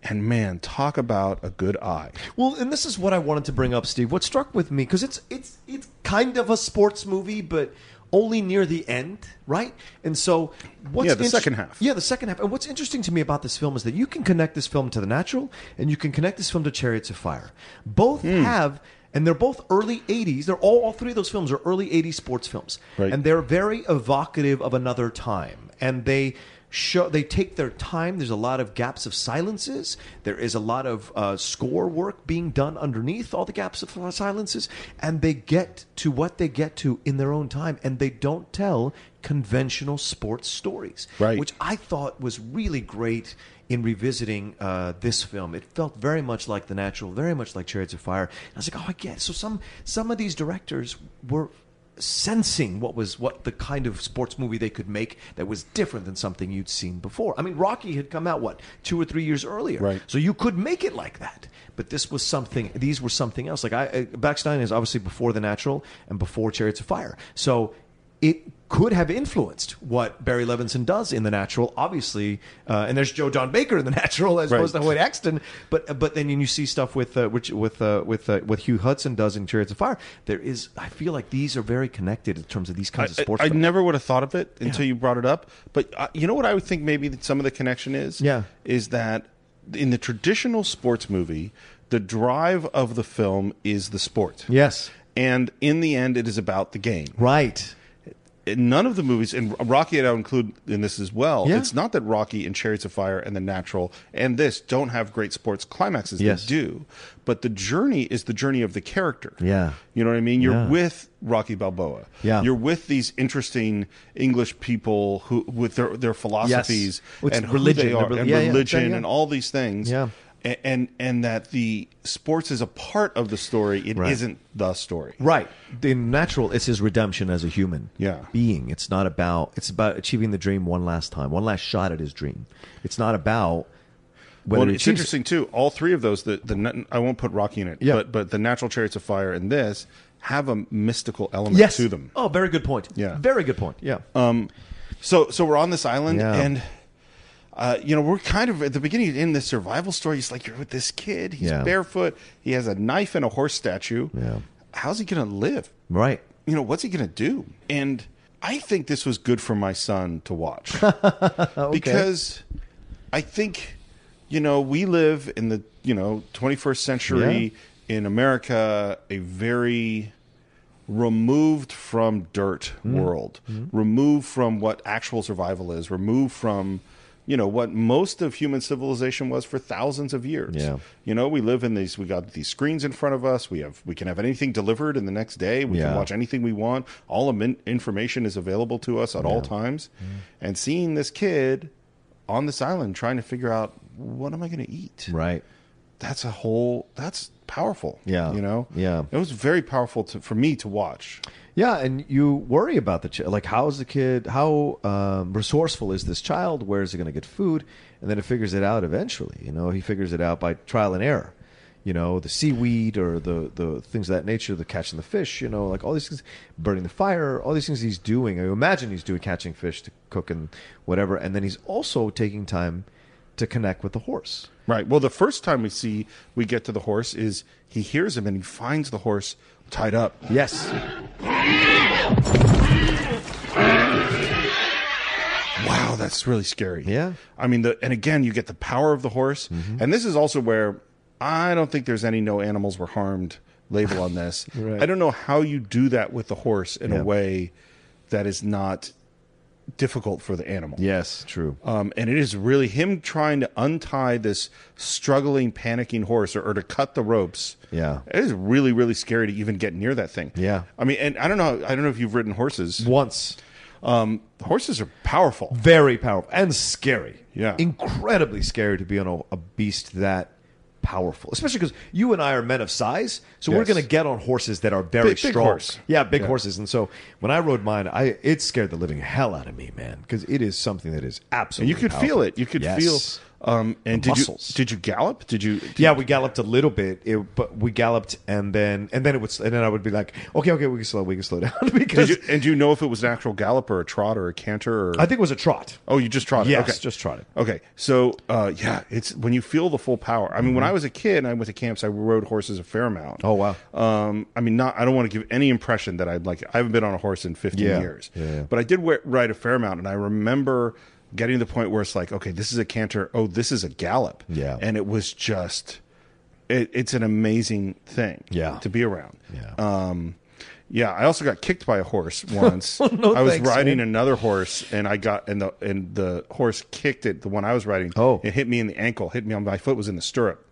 Speaker 2: And man, talk about a good eye.
Speaker 3: Well, and this is what I wanted to bring up, Steve. What struck with me because it's it's it's kind of a sports movie, but only near the end, right? And so, what's
Speaker 2: Yeah, the second half.
Speaker 3: Yeah, the second half. And what's interesting to me about this film is that you can connect this film to The Natural, and you can connect this film to Chariots of Fire. Both
Speaker 2: Hmm.
Speaker 3: have. And they're both early '80s. They're all, all three of those films are early '80s sports films,
Speaker 2: Right.
Speaker 3: and they're very evocative of another time. And they show they take their time. There's a lot of gaps of silences. There is a lot of uh, score work being done underneath all the gaps of silences, and they get to what they get to in their own time, and they don't tell conventional sports stories,
Speaker 2: Right.
Speaker 3: which I thought was really great in revisiting uh, this film. It felt very much like The Natural, very much like Chariots of Fire. I was like, oh, I get. It. So some some of these directors were sensing what was what the kind of sports movie they could make that was different than something you'd seen before. I mean, Rocky had come out what two or three years earlier,
Speaker 2: Right.
Speaker 3: So you could make it like that. But this was something. These were something else. Like I, I Backstein is obviously before The Natural and before Chariots of Fire. So it could have influenced what Barry Levinson does in The Natural, obviously. Uh, and there's Joe John Baker in The Natural as opposed to Hoyt Exton. But uh, but then you see stuff with uh, which with uh, with uh, what Hugh Hudson does in Chariots of Fire. There is, I feel like these are very connected in terms of these kinds
Speaker 2: I-
Speaker 3: of sports.
Speaker 2: I, I
Speaker 3: films.
Speaker 2: never would have thought of it until you brought it up. But uh, you know what I would think maybe that some of the connection is?
Speaker 3: Yeah.
Speaker 2: Is that in the traditional sports movie, the drive of the film is the sport.
Speaker 3: yes,
Speaker 2: And in the end, it is about the game.
Speaker 3: right.
Speaker 2: In none of the movies, and Rocky, I'll include in this as well.
Speaker 3: Yeah.
Speaker 2: It's not that Rocky and Chariots of Fire and The Natural and this don't have great sports climaxes.
Speaker 3: Yes.
Speaker 2: They do, but the journey is the journey of the character.
Speaker 3: Yeah.
Speaker 2: you know what I mean. You're
Speaker 3: Yeah.
Speaker 2: with Rocky Balboa.
Speaker 3: Yeah.
Speaker 2: you're with these interesting English people who with their their philosophies
Speaker 3: It's
Speaker 2: and
Speaker 3: religion,
Speaker 2: who they
Speaker 3: the
Speaker 2: are,
Speaker 3: reli-
Speaker 2: and
Speaker 3: yeah, yeah,
Speaker 2: religion
Speaker 3: yeah, yeah.
Speaker 2: and all these things.
Speaker 3: Yeah.
Speaker 2: A- And, and that the sports is a part of the story. It
Speaker 3: Right.
Speaker 2: not the story.
Speaker 3: Right. The natural it's his redemption as a human
Speaker 2: Yeah.
Speaker 3: being. It's not about it's about achieving the dream one last time, one last shot at his dream. It's not about whether
Speaker 2: Well,
Speaker 3: he
Speaker 2: it's
Speaker 3: achieves
Speaker 2: interesting too. All three of those, the the na- I won't put Rocky in it,
Speaker 3: Yeah.
Speaker 2: but but the Natural Chariots of Fire and this have a mystical
Speaker 3: it.
Speaker 2: element
Speaker 3: Yes.
Speaker 2: to them.
Speaker 3: Oh, very good point.
Speaker 2: Yeah. Um,
Speaker 3: Very good point. Yeah.
Speaker 2: So so we're on this island
Speaker 3: Yeah.
Speaker 2: and. Uh, you know, we're kind of at the beginning in this survival story. It's like you're with this kid. He's
Speaker 3: Yeah.
Speaker 2: barefoot. He has a knife and a horse statue.
Speaker 3: Yeah.
Speaker 2: How's he going to live?
Speaker 3: right.
Speaker 2: you know, what's he going to do? And I think this was good for my son to watch because I think, you know, we live in the, you know, 21st century in America, a very removed from dirt
Speaker 3: Mm-hmm.
Speaker 2: world, removed from what actual survival is, removed from, you know, what most of human civilization was for thousands of years.
Speaker 3: Yeah.
Speaker 2: You know, we live in these. We got these screens in front of us. We have. We can have anything delivered in the next day. We
Speaker 3: Yeah.
Speaker 2: can watch anything we want. All amin- information is available to us at all times.
Speaker 3: Mm-hmm.
Speaker 2: And seeing this kid on this island trying to figure out what am I going to eat.
Speaker 3: Right.
Speaker 2: That's a whole. That's powerful.
Speaker 3: Yeah.
Speaker 2: You know.
Speaker 3: Yeah.
Speaker 2: It was very powerful to, for me to watch.
Speaker 3: Yeah, and you worry about the child. Like, how is the kid? How um, resourceful is this child? Where is he going to get food? And then it figures it out eventually. You know, he figures it out by trial and error. You know, the seaweed or the the things of that nature, the catching the fish. You know, like all these things, burning the fire, all these things he's doing. I imagine he's doing catching fish to cook and whatever, and then he's also taking time to connect with the horse.
Speaker 2: Right. Well, the first time we see we get to the horse is he hears him and he finds the horse tied up.
Speaker 3: Yes,
Speaker 2: Wow, that's really scary.
Speaker 3: Yeah. Mm-hmm.
Speaker 2: I mean, the and again, you get the power of the horse, and this is also where I don't think there's any no animals were harmed label on this.
Speaker 3: Right.
Speaker 2: I don't know how you do that with the horse in
Speaker 3: Yeah.
Speaker 2: a way that is not difficult for the animal.
Speaker 3: yes, true.
Speaker 2: Um, and it is really him trying to untie this struggling, panicking horse or, or to cut the ropes.
Speaker 3: Yeah.
Speaker 2: It is really, really scary to even get near that thing.
Speaker 3: Yeah.
Speaker 2: I mean, and I don't know, I don't know if you've ridden horses. Um,
Speaker 3: Once
Speaker 2: Horses are powerful.
Speaker 3: very powerful and scary.
Speaker 2: Yeah.
Speaker 3: incredibly scary to be on a, a beast that powerful, especially because you and I are men of size, so we're
Speaker 2: Yes.
Speaker 3: going to get on horses that are very
Speaker 2: Big- big
Speaker 3: strong.
Speaker 2: horse.
Speaker 3: Yeah, big
Speaker 2: Yeah.
Speaker 3: horses. And so when I rode mine, I it scared the living hell out of me, man, because it is something that is
Speaker 2: And
Speaker 3: absolutely.
Speaker 2: you could
Speaker 3: powerful.
Speaker 2: feel it. You could
Speaker 3: Yes.
Speaker 2: feel. Um, and
Speaker 3: The
Speaker 2: did
Speaker 3: muscles.
Speaker 2: you did you gallop? Did you? did-
Speaker 3: Yeah, we galloped a little bit, it, but we galloped, and then and then it would, and then I would be like, okay, okay, we can slow, we can slow down because
Speaker 2: Did you, and do you know if it was an actual gallop or a trot or a canter or?
Speaker 3: I think it was a trot.
Speaker 2: oh, you just trotted.
Speaker 3: Yes,
Speaker 2: okay.
Speaker 3: just trotted.
Speaker 2: Okay, so uh, yeah, it's when you feel the full power. I mean, when I was a kid, and I went to camps. I rode horses a fair amount.
Speaker 3: Mm-hmm. Oh, wow.
Speaker 2: Um, I mean, not. I don't want to give any impression that I'd like. I haven't been on a horse in fifteen
Speaker 3: Yeah.
Speaker 2: years.
Speaker 3: Yeah, yeah.
Speaker 2: But I did wear, ride a fair amount, and I remember getting to the point where it's like, okay, this is a canter. Oh, this is a gallop.
Speaker 3: Yeah.
Speaker 2: And it was just, it, it's an amazing thing.
Speaker 3: Yeah.
Speaker 2: To be around.
Speaker 3: Yeah.
Speaker 2: Um, yeah, I also got kicked by a horse once.
Speaker 3: Oh, No
Speaker 2: I was
Speaker 3: thanks,
Speaker 2: riding another horse, and I got and the and the horse kicked it. The one I was riding,
Speaker 3: Oh.
Speaker 2: it hit me in the ankle. Hit me on my foot was in the stirrup.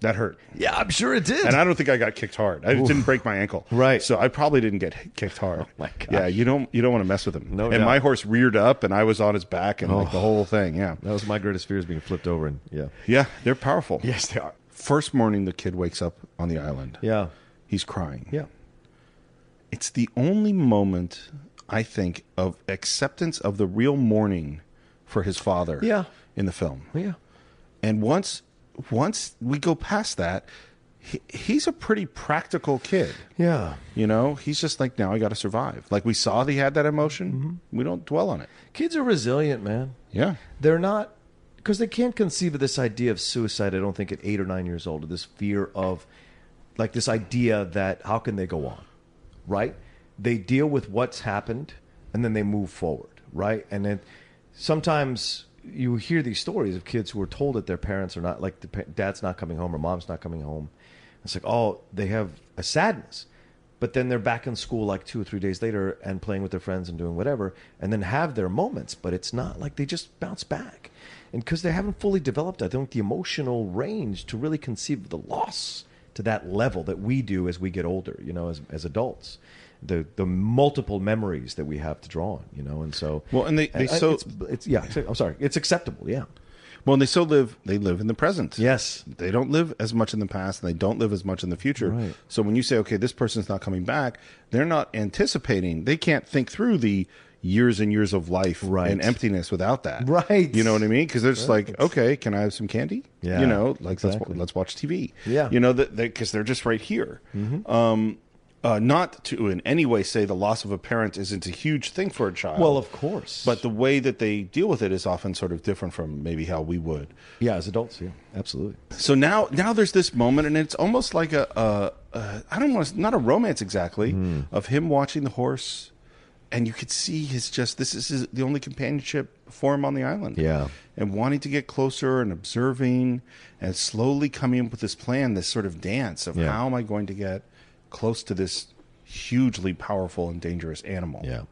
Speaker 2: That hurt,
Speaker 3: Yeah, I'm sure it did.
Speaker 2: and I don't think I got kicked hard. I didn't break my ankle,
Speaker 3: Right. Oh
Speaker 2: So I probably didn't get hit- kicked hard.
Speaker 3: my gosh.
Speaker 2: Yeah, you don't you don't want to mess with him.
Speaker 3: No
Speaker 2: and
Speaker 3: doubt. Oh.
Speaker 2: my horse reared up, and I was on his back, and like the whole thing. Yeah,
Speaker 3: that was my greatest fear is being flipped over, and yeah,
Speaker 2: yeah, they're powerful.
Speaker 3: yes, they are.
Speaker 2: First morning, the kid wakes up on the island.
Speaker 3: Yeah,
Speaker 2: He's crying.
Speaker 3: yeah.
Speaker 2: It's the only moment I think of acceptance of the real mourning for his father
Speaker 3: Yeah.
Speaker 2: in the film.
Speaker 3: Yeah.
Speaker 2: And once once we go past that, he, he's a pretty practical kid.
Speaker 3: Yeah.
Speaker 2: You know, he's just like, now I got to survive. Like we saw that he had that emotion. We don't dwell on it.
Speaker 3: Kids are resilient, man.
Speaker 2: Yeah.
Speaker 3: They're not because they can't conceive of this idea of suicide. I don't think at eight or nine years old, or this fear of like this idea that how can they go on, right? They deal with what's happened and then they move forward, right? And then sometimes you hear these stories of kids who are told that their parents are not like the pa- dad's not coming home or mom's not coming home. It's like oh, they have a sadness but then they're back in school like two or three days later and playing with their friends and doing whatever and then have their moments but it's not like they just bounce back and because they haven't fully developed i think the emotional range to really conceive of the loss to that level that we do as we get older you know as, as adults the the multiple memories that we have to draw on you know and so
Speaker 2: Well, and they- they
Speaker 3: I-
Speaker 2: so-
Speaker 3: it's, it's yeah i'm sorry it's acceptable yeah
Speaker 2: Well, and they still live, they live in the present.
Speaker 3: yes
Speaker 2: They don't live as much in the past and they don't live as much in the future.
Speaker 3: Right.
Speaker 2: So when you say, okay, this person's not coming back, they're not anticipating. They can't think through the years and years of life
Speaker 3: Right.
Speaker 2: and emptiness without that.
Speaker 3: Right.
Speaker 2: You know what I mean? Because they're just like, okay, can I have some candy?
Speaker 3: Yeah,
Speaker 2: You know, like
Speaker 3: exactly.
Speaker 2: let's, let's watch TV.
Speaker 3: Yeah. Mm-hmm.
Speaker 2: You know, that because they're just right here. Um, uh, not to in any way say the loss of a parent isn't a huge thing for a child.
Speaker 3: well of course
Speaker 2: But the way that they deal with it is often sort of different from maybe how we would.
Speaker 3: yeah as adults yeah absolutely
Speaker 2: So now, now there's this moment, and it's almost like a, a, a I don't want to, not a romance exactly,
Speaker 3: Hmm.
Speaker 2: of him watching the horse, and you could see his just this is his, the only companionship for him on the island.
Speaker 3: Yeah.
Speaker 2: and wanting to get closer and observing, and slowly coming up with this plan, this sort of dance of
Speaker 3: Yeah.
Speaker 2: how am I going to get close to this hugely powerful and dangerous animal.
Speaker 3: Yeah.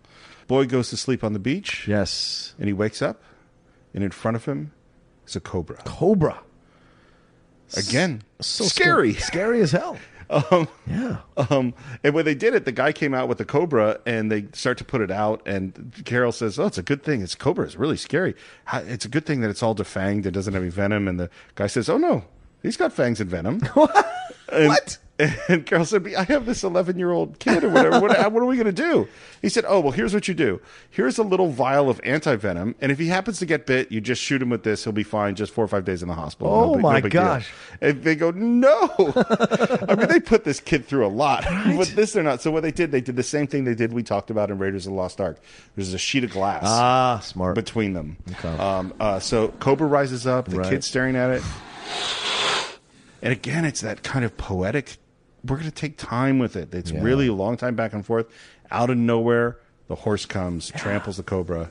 Speaker 2: boy goes to sleep on the beach.
Speaker 3: yes
Speaker 2: and he wakes up, and in front of him is a cobra.
Speaker 3: cobra
Speaker 2: Again, so
Speaker 3: scary.
Speaker 2: scary.
Speaker 3: Scary as hell.
Speaker 2: Um,
Speaker 3: Yeah.
Speaker 2: um, and when they did it, the guy came out with the cobra, and they start to put it out. And Carol says, "Oh, it's a good thing. It's cobra. It's really scary. How- It's a good thing that it's all defanged. It doesn't have any venom." And the guy says, "Oh no, he's got fangs and venom." And, what? And Carol said, "I have this 11 year old kid or whatever. What, what are we going to do?" He said, "Oh well, here's what you do. Here's a little vial of anti venom, and if he happens to get bit, you just shoot him with this. He'll be fine. Just four or five days in the hospital.
Speaker 3: Oh,
Speaker 2: big-
Speaker 3: my
Speaker 2: big deal."
Speaker 3: gosh.
Speaker 2: And they go, no. I mean, they put this kid through a lot, but this they're not. So what they did, they did the same thing they did we talked about in Raiders of the Lost Ark. There's a sheet of glass
Speaker 3: Ah, smart.
Speaker 2: between them. Um, uh, so Cobra rises up, the
Speaker 3: Right.
Speaker 2: kid's staring at it. And again, it's that kind of poetic, we're going to take time with it. It's really a long time back and forth. Out of nowhere, the horse comes, tramples the cobra.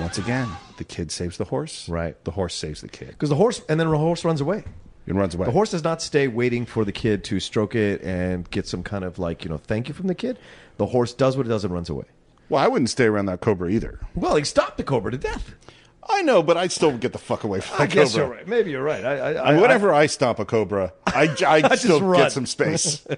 Speaker 2: Once again, the kid saves the horse.
Speaker 3: Right.
Speaker 2: The horse saves the kid
Speaker 3: Because the horse, and then the horse runs away.
Speaker 2: and runs away.
Speaker 3: The horse does not stay waiting for the kid to stroke it and get some kind of like, you know, thank you from the kid. The horse does what it does and runs away.
Speaker 2: Well, I wouldn't stay around that cobra either.
Speaker 3: Well, he stopped the cobra to death.
Speaker 2: I know, but I'd still get the fuck away from that
Speaker 3: I guess
Speaker 2: cobra.
Speaker 3: you're right. Maybe you're right. I, I,
Speaker 2: I
Speaker 3: I-
Speaker 2: mean, whenever I, stomp a cobra, I, I,
Speaker 3: just
Speaker 2: still
Speaker 3: run.
Speaker 2: get some space.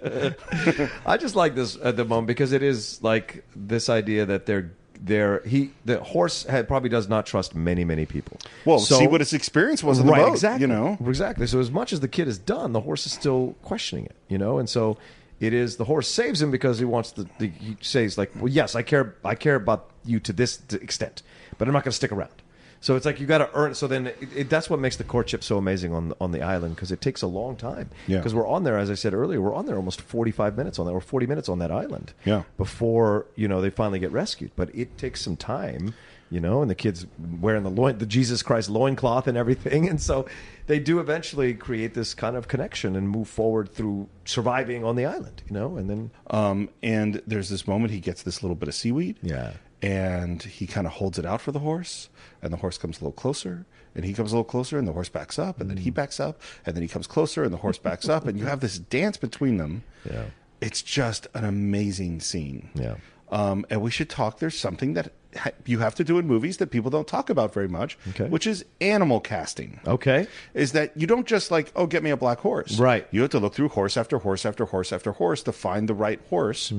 Speaker 3: I just like this at the moment because it is like this idea that they're they're he the horse had, probably does not trust many many people.
Speaker 2: Well,
Speaker 3: So-
Speaker 2: see what his experience was in the boat.
Speaker 3: Exactly.
Speaker 2: You know,
Speaker 3: exactly. So as much as the kid has done, the horse is still questioning it. You know, and so it is the horse saves him because he wants the, the he says like, well, yes, I care, I care about you to this t- extent, but I'm not going to stick around. So it's like you got to earn. So then it, it, that's what makes the courtship so amazing on the- on the island because it takes a long time.
Speaker 2: Yeah.
Speaker 3: Because we're on there, as I said earlier, we're on there almost 45 minutes on that or 40 minutes on that island.
Speaker 2: Yeah.
Speaker 3: Before you know they finally get rescued, but it takes some time, you know, and the kids wearing the loin, the Jesus Christ loincloth and everything, and so they do eventually create this kind of connection and move forward through surviving on the island, you know, and then
Speaker 2: um, and there's this moment he gets this little bit of seaweed.
Speaker 3: Yeah.
Speaker 2: and he kind of holds it out for the horse, and the horse comes a little closer, and he comes a little closer, and the horse backs up, and then
Speaker 3: Mm.
Speaker 2: he backs up, and then he comes closer, and the horse backs up, and you have this dance between them.
Speaker 3: Yeah.
Speaker 2: it's just an amazing scene.
Speaker 3: Yeah.
Speaker 2: Um, and we should talk. There's something that ha- you have to do in movies that people don't talk about very much,
Speaker 3: Okay.
Speaker 2: which is animal casting.
Speaker 3: okay,
Speaker 2: is that you don't just like, oh, get me a black horse.
Speaker 3: Right. Mm-hmm.
Speaker 2: You have to look through horse after horse after horse after horse to find the right horse.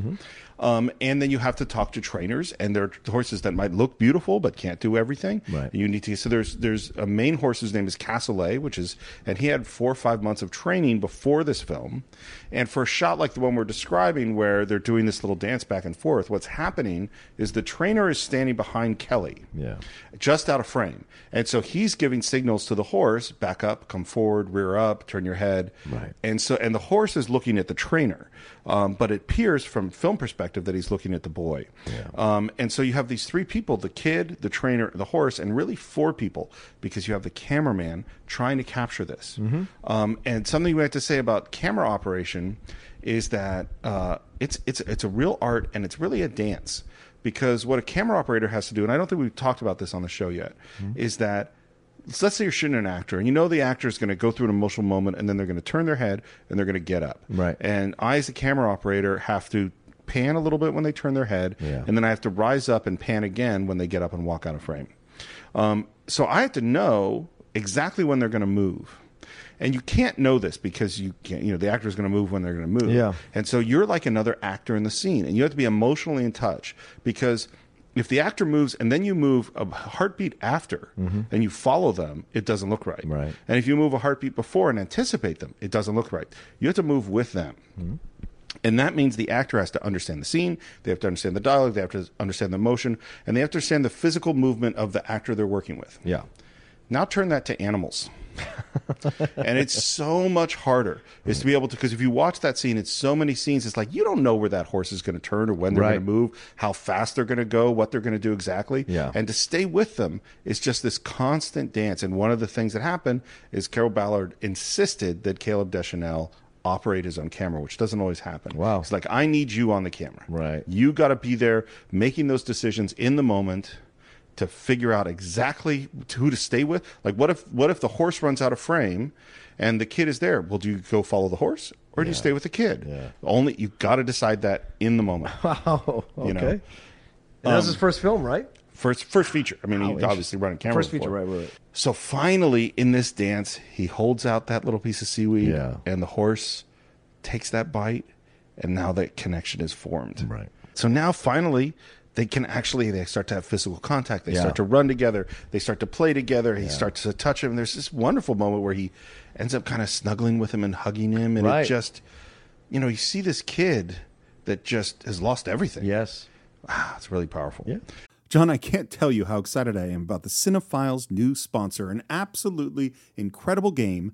Speaker 2: Um, and then you have to talk to trainers, and there are horses that might look beautiful but can't do everything.
Speaker 3: Right.
Speaker 2: You need to. So there's there's a main horse. His name is Cassoulet, which is, and he had four or five months of training before this film. And for a shot like the one we're describing, where they're doing this little dance back and forth, what's happening is the trainer is standing behind Kelly
Speaker 3: Yeah.
Speaker 2: just out of frame. And so he's giving signals to the horse, back up, come forward, rear up, turn your head.
Speaker 3: Right.
Speaker 2: And so and the horse is looking at the trainer. Um, but it appears from film perspective that he's looking at the boy. Um, and so you have these three people, the kid, the trainer, the horse, and really four people because you have the cameraman trying to capture this. Um, and something we have to say about camera operation is that uh, it's it's it's a real art and it's really a dance because what a camera operator has to do, and I don't think we've talked about this on the show yet, is that so let's say you're shooting an actor, and you know the actor is going to go through an emotional moment, and then they're going to turn their head and they're going to get up.
Speaker 3: Right.
Speaker 2: And I, as a camera operator, have to pan a little bit when they turn their head,
Speaker 3: Yeah.
Speaker 2: and then I have to rise up and pan again when they get up and walk out of frame. Um, so I have to know exactly when they're going to move. And you can't know this because you can't, you know, the actor is going to move when they're going to move.
Speaker 3: Yeah.
Speaker 2: And so you're like another actor in the scene, and you have to be emotionally in touch because if the actor moves and then you move a heartbeat after and you follow them, it doesn't look right.
Speaker 3: Mm-hmm. Right.
Speaker 2: And if you move a heartbeat before and anticipate them, it doesn't look right. You have to move with them.
Speaker 3: Mm-hmm.
Speaker 2: And that means the actor has to understand the scene, they have to understand the dialogue, they have to understand the motion, and they have to understand the physical movement of the actor they're working with.
Speaker 3: Yeah.
Speaker 2: Now turn that to animals. and it's so much harder is to be able to because if you watch that scene, it's so many scenes. It's like you don't know where that horse is going to turn or when they're
Speaker 3: Right.
Speaker 2: going to move, how fast they're going to go, what they're going to do exactly.
Speaker 3: Yeah.
Speaker 2: And to stay with them is just this constant dance. And one of the things that happened is Carol Ballard insisted that Caleb Deschanel operate his own camera, which doesn't always happen.
Speaker 3: Wow.
Speaker 2: It's like I need you on the camera.
Speaker 3: Right.
Speaker 2: You got to be there making those decisions in the moment to figure out exactly who to stay with. Like, what if what if the horse runs out of frame, and the kid is there? Well, do you go follow the horse or do you stay with the kid?
Speaker 3: Yeah.
Speaker 2: Only you got to decide that in the moment.
Speaker 3: Oh, okay.
Speaker 2: You know.
Speaker 3: And that was his first film, right?
Speaker 2: First, first feature. I mean, he obviously running camera.
Speaker 3: First feature,
Speaker 2: before.
Speaker 3: right, right, right.
Speaker 2: So finally, in this dance, he holds out that little piece of seaweed,
Speaker 3: Yeah.
Speaker 2: and the horse takes that bite, and now that connection is formed.
Speaker 3: Right.
Speaker 2: So now, finally, they can actually they start to have physical contact. They
Speaker 3: Yeah.
Speaker 2: start to run together. They start to play together. He starts to touch him. There's this wonderful moment where he ends up kind of snuggling with him and hugging him, and
Speaker 3: Right.
Speaker 2: it just, you know, you see this kid that just has lost everything.
Speaker 3: Yes.
Speaker 2: Ah, it's really powerful.
Speaker 3: Yeah.
Speaker 6: John, I can't tell you how excited I am about the Cinephiles' new sponsor, an absolutely incredible game,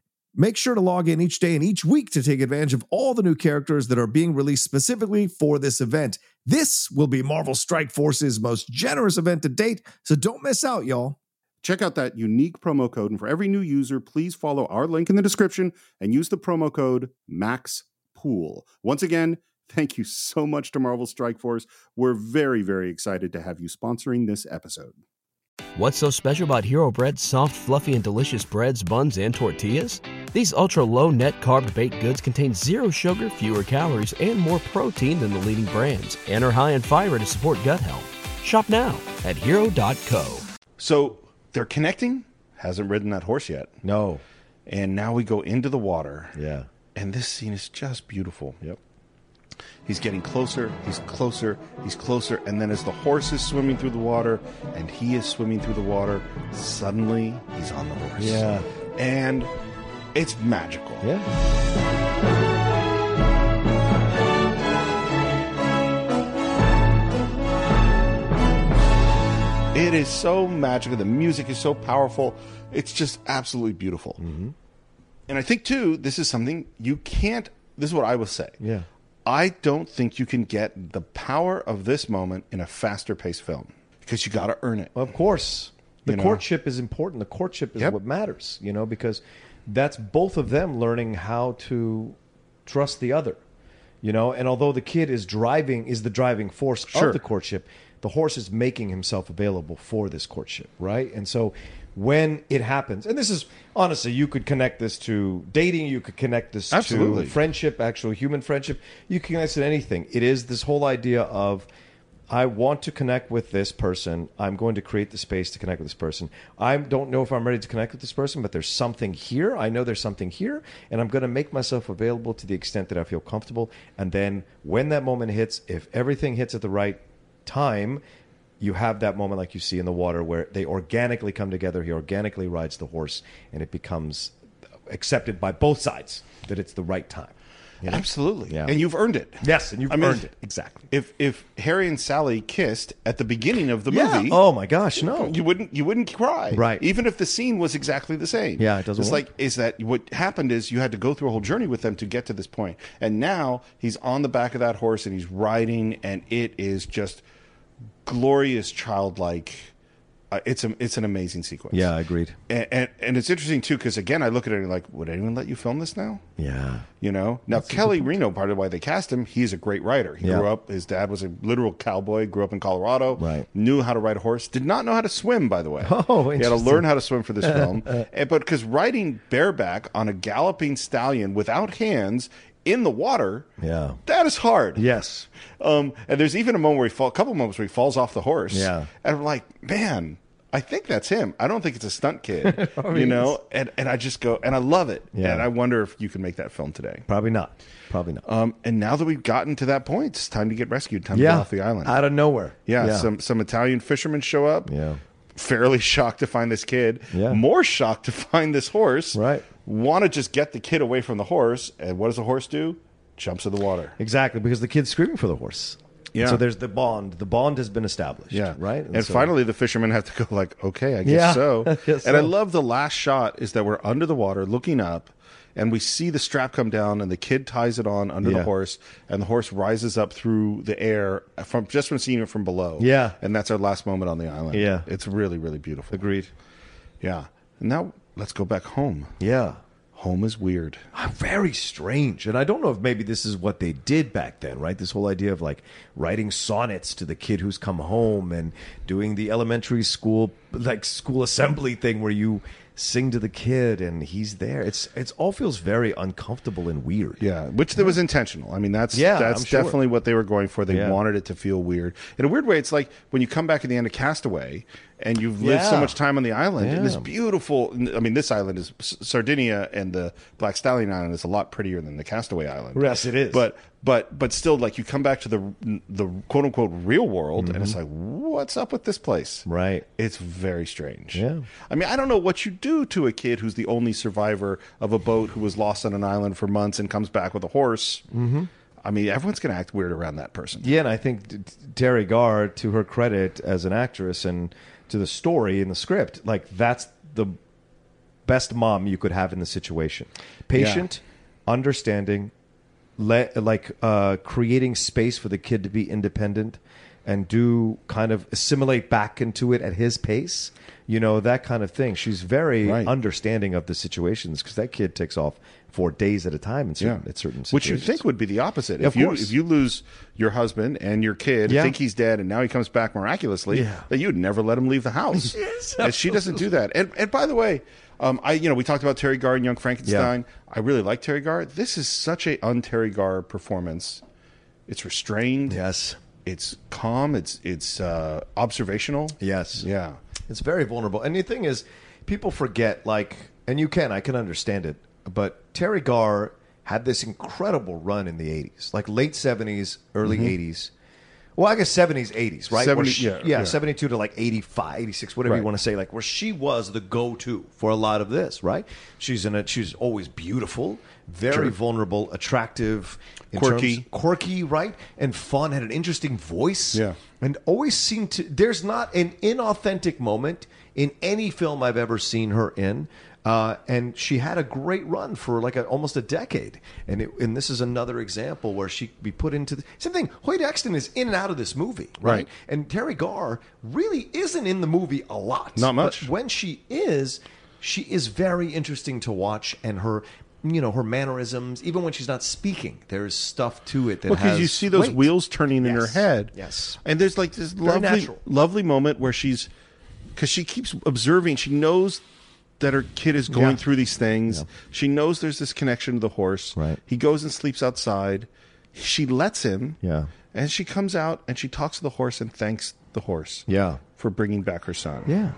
Speaker 7: Make sure to log in each day and each week to take advantage of all the new characters that are being released specifically for this event. This will be Marvel Strike Force's most generous event to date, so don't miss out, y'all.
Speaker 6: Check out that unique promo code, and for every new user, please follow our link in the description and use the promo code MAXPOOL. Once again, thank you so much to Marvel Strike Force. We're very, very excited to have you sponsoring this episode.
Speaker 8: What's so special about Hero Bread's soft, fluffy, and delicious breads, buns, and tortillas? These ultra low net carb baked goods contain zero sugar, fewer calories, and more protein than the leading brands, and are high in fiber to support gut health. Shop now at hero.co.
Speaker 2: So they're connecting. Hasn't ridden that horse yet.
Speaker 3: No.
Speaker 2: And now we go into the water.
Speaker 3: Yeah.
Speaker 2: And this scene is just beautiful.
Speaker 3: Yep.
Speaker 2: He's getting closer, he's closer, he's closer. And then as the horse is swimming through the water and he is swimming through the water, suddenly he's on the horse.
Speaker 3: Yeah.
Speaker 2: And it's magical.
Speaker 3: Yeah.
Speaker 2: It is so magical. The music is so powerful. It's just absolutely beautiful.
Speaker 3: Mm-hmm.
Speaker 2: And I think too, this is something you can't. This is what I will say.
Speaker 3: Yeah.
Speaker 2: I don't think you can get the power of this moment in a faster paced film because you got to earn it.
Speaker 3: Of course. The
Speaker 2: You know?
Speaker 3: courtship is important. The courtship is
Speaker 2: Yep.
Speaker 3: what matters, you know, because that's both of them learning how to trust the other. You know, and although the kid is driving is the driving force
Speaker 2: Sure.
Speaker 3: of the courtship, the horse is making himself available for this courtship, right? And so when it happens, and this is honestly, you could connect this to dating, you could connect this
Speaker 2: Absolutely.
Speaker 3: to friendship, actual human friendship. You can connect to anything. It is this whole idea of I want to connect with this person. I'm going to create the space to connect with this person. I don't know if I'm ready to connect with this person, but there's something here. I know there's something here, and I'm going to make myself available to the extent that I feel comfortable. And then when that moment hits, if everything hits at the right time, you have that moment like you see in the water where they organically come together. He organically rides the horse, and it becomes accepted by both sides that it's the right time. you know?
Speaker 2: Absolutely.
Speaker 3: Yeah.
Speaker 2: And you've earned it.
Speaker 3: Yes, and you've earned it. Exactly.
Speaker 2: If if Harry and Sally kissed at the beginning of the
Speaker 3: Yeah.
Speaker 2: movie,
Speaker 3: Oh my gosh, no.
Speaker 2: you wouldn't you wouldn't cry.
Speaker 3: Right.
Speaker 2: Even if the scene was exactly the same.
Speaker 3: Yeah, it doesn't
Speaker 2: It's
Speaker 3: work.
Speaker 2: like is that what happened is you had to go through a whole journey with them to get to this point. And now he's on the back of that horse and he's riding and it is just glorious childlike uh, it's a, it's an amazing sequence.
Speaker 3: Yeah, agreed.
Speaker 2: And, and and it's interesting too because again I look at it and like would anyone let you film this now?
Speaker 3: Yeah.
Speaker 2: You know, now Kelly Reno, part of why they cast him, he's a great writer. He
Speaker 3: Yeah.
Speaker 2: grew up, his dad was a literal cowboy, grew up in Colorado,
Speaker 3: Right.
Speaker 2: knew how to ride a horse, did not know how to swim, by the way.
Speaker 3: Oh,
Speaker 2: He had to
Speaker 3: interesting.
Speaker 2: learn how to swim for this film. And- but because riding bareback on a galloping stallion without hands in the water,
Speaker 3: Yeah.
Speaker 2: that is hard.
Speaker 3: Yes.
Speaker 2: Um, and there's even a moment where he fall, a couple moments where he falls off the horse.
Speaker 3: Yeah.
Speaker 2: And I'm like, man, I think that's him. I don't think it's a stunt kid, you know? And, and I just go, and I love it.
Speaker 3: Yeah.
Speaker 2: And I wonder if you can make that film today.
Speaker 3: Probably not. Probably not.
Speaker 2: Um, and now that we've gotten to that point, it's time to get rescued. Time to
Speaker 3: yeah.
Speaker 2: get off the island.
Speaker 3: Out of nowhere.
Speaker 2: yeah, some some Italian fishermen show up.
Speaker 3: Yeah.
Speaker 2: fairly shocked to find this kid.
Speaker 3: Yeah.
Speaker 2: more shocked to find this horse.
Speaker 3: Right.
Speaker 2: want to just get the kid away from the horse. And what does the horse do? Jumps in the water.
Speaker 3: Exactly, because the kid's screaming for the horse.
Speaker 2: Yeah.
Speaker 3: So there's the bond. The bond has been established.
Speaker 2: Yeah,
Speaker 3: Right.
Speaker 2: And,
Speaker 3: so-
Speaker 2: finally, the fishermen have to go like, okay, I guess
Speaker 3: Yeah,
Speaker 2: so.
Speaker 3: I guess
Speaker 2: and I
Speaker 3: so.
Speaker 2: love the last shot is that we're under the water looking up, and we see the strap come down, and the kid ties it on under the
Speaker 3: Yeah.
Speaker 2: horse, and the horse rises up through the air from just from seeing it from below.
Speaker 3: Yeah.
Speaker 2: and that's our last moment on the island.
Speaker 3: Yeah.
Speaker 2: it's really really beautiful.
Speaker 3: agreed.
Speaker 2: Yeah, and now let's go back home.
Speaker 3: Yeah.
Speaker 2: Home is weird.
Speaker 3: very strange. And I don't know if maybe this is what they did back then, right? This whole idea of like writing sonnets to the kid who's come home and doing the elementary school like school assembly thing where you sing to the kid and he's there. It's it's all feels very uncomfortable and weird.
Speaker 2: Yeah, which that was intentional. I mean, that's
Speaker 3: Yeah,
Speaker 2: that's
Speaker 3: I'm sure.
Speaker 2: definitely what they were going for. They
Speaker 3: Yeah.
Speaker 2: wanted it to feel weird. In a weird way, it's like when you come back at the end of Castaway and you've lived so
Speaker 3: Yeah.
Speaker 2: much time on the island and this
Speaker 3: Yeah.
Speaker 2: beautiful. I mean, this island is S- Sardinia and the Black Stallion Island is a lot prettier than the Castaway Island.
Speaker 3: Yes, it is.
Speaker 2: But but but still, like you come back to the the quote unquote real world, and it's like, what's up with this place?
Speaker 3: Mm-hmm. Right.
Speaker 2: It's very strange.
Speaker 3: Yeah.
Speaker 2: I mean, I don't know what you do to a kid who's the only survivor of a boat who was lost on an island for months and comes back with a horse. Mm-hmm. I mean, everyone's going to act weird around that person.
Speaker 3: Yeah, and I think t- t- Terry Garr, to her credit as an actress and to the story in the script, like that's the best mom you could have in the situation. Patient, understanding, le- like uh, creating space for the kid to be independent and do kind of assimilate back into it at his pace. You know that kind of thing. She's very
Speaker 2: Right.
Speaker 3: understanding of the situations because that kid takes off for days at a time in certain, at certain situations.
Speaker 2: Which you think would be the opposite.
Speaker 3: Yeah,
Speaker 2: if
Speaker 3: of
Speaker 2: you
Speaker 3: course.
Speaker 2: if you lose your husband and your kid,
Speaker 3: Yeah.
Speaker 2: think he's dead, and now he comes back miraculously,
Speaker 3: Yeah.
Speaker 2: that you'd never let him leave the house. and she doesn't do that. And and by the way, um, I you know we talked about Terry Garr and Young Frankenstein. I really like Terry Garr. This is such a un Terry Garr performance. It's restrained.
Speaker 3: yes.
Speaker 2: it's calm it's it's uh observational
Speaker 3: Yes.
Speaker 2: yeah
Speaker 3: It's very vulnerable. And the thing is, people forget, like, and you can, I can understand it, but Terry Garr had this incredible run in the 80s, like late 70s, early 80s, Well, I guess 70s, 80s, right? Where
Speaker 2: 70
Speaker 3: she-
Speaker 2: Mm-hmm. yeah,
Speaker 3: yeah,
Speaker 2: yeah.
Speaker 3: 72 to like 85, 86, whatever
Speaker 2: Right.
Speaker 3: you want to say, like where she was the go to for a lot of this, right? She's in a, she's always beautiful, very vulnerable, attractive, in
Speaker 2: Quirky.
Speaker 3: terms- quirky, right? And fun, had an interesting voice.
Speaker 2: Yeah.
Speaker 3: And always seemed to, there's not an inauthentic moment in any film I've ever seen her in. Uh, and she had a great run for like a, almost a decade. And it, and this is another example where she could be put into the same thing. Hoyt Exton is in and out of this movie, right?
Speaker 2: Right.
Speaker 3: And Terry Garr really isn't in the movie a lot.
Speaker 2: Not much.
Speaker 3: But when she is, she is very interesting to watch and her. You know her mannerisms, even when she's not speaking, there's stuff to it that
Speaker 2: Well, because
Speaker 3: has
Speaker 2: you see those
Speaker 3: weight.
Speaker 2: wheels turning in her
Speaker 3: Yes.
Speaker 2: head.
Speaker 3: Yes.
Speaker 2: And there's like this lovely,
Speaker 3: natural.
Speaker 2: lovely moment where she's, because she keeps observing. She knows that her kid is going
Speaker 3: Yeah.
Speaker 2: through these things. She knows there's this connection to the horse.
Speaker 3: Right.
Speaker 2: He goes and sleeps outside. She lets him.
Speaker 3: Yeah.
Speaker 2: And she comes out and she talks to the horse and thanks the horse.
Speaker 3: Yeah.
Speaker 2: For bringing back her son.
Speaker 3: Yeah.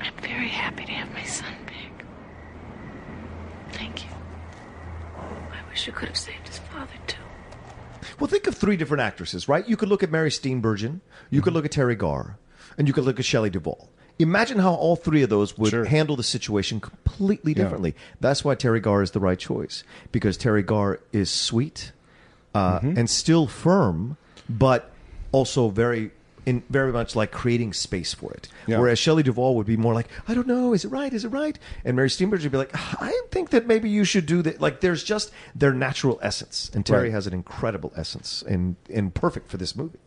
Speaker 5: I'm very happy to have my son back. Thank you. I wish you could have saved his father, too.
Speaker 3: Well, think of three different actresses, right? You could look at Mary Steenburgen, you could look at Terry Garr, and you could look at Shelley Duvall. Imagine how all three of those would handle the situation completely differently. That's why Terry Garr is the right choice because Terry Garr is sweet uh,
Speaker 2: Mm-hmm.
Speaker 3: and still firm, but also very. In very much like creating space for it, whereas Shelley Duvall would be more like, "I don't know, is it right? Is it right?" And Mary Steenburgen would be like, "Ah, "I think that maybe you should do that." Like, there's just their natural essence, and Terry
Speaker 2: Right.
Speaker 3: has an incredible essence and and perfect for this movie.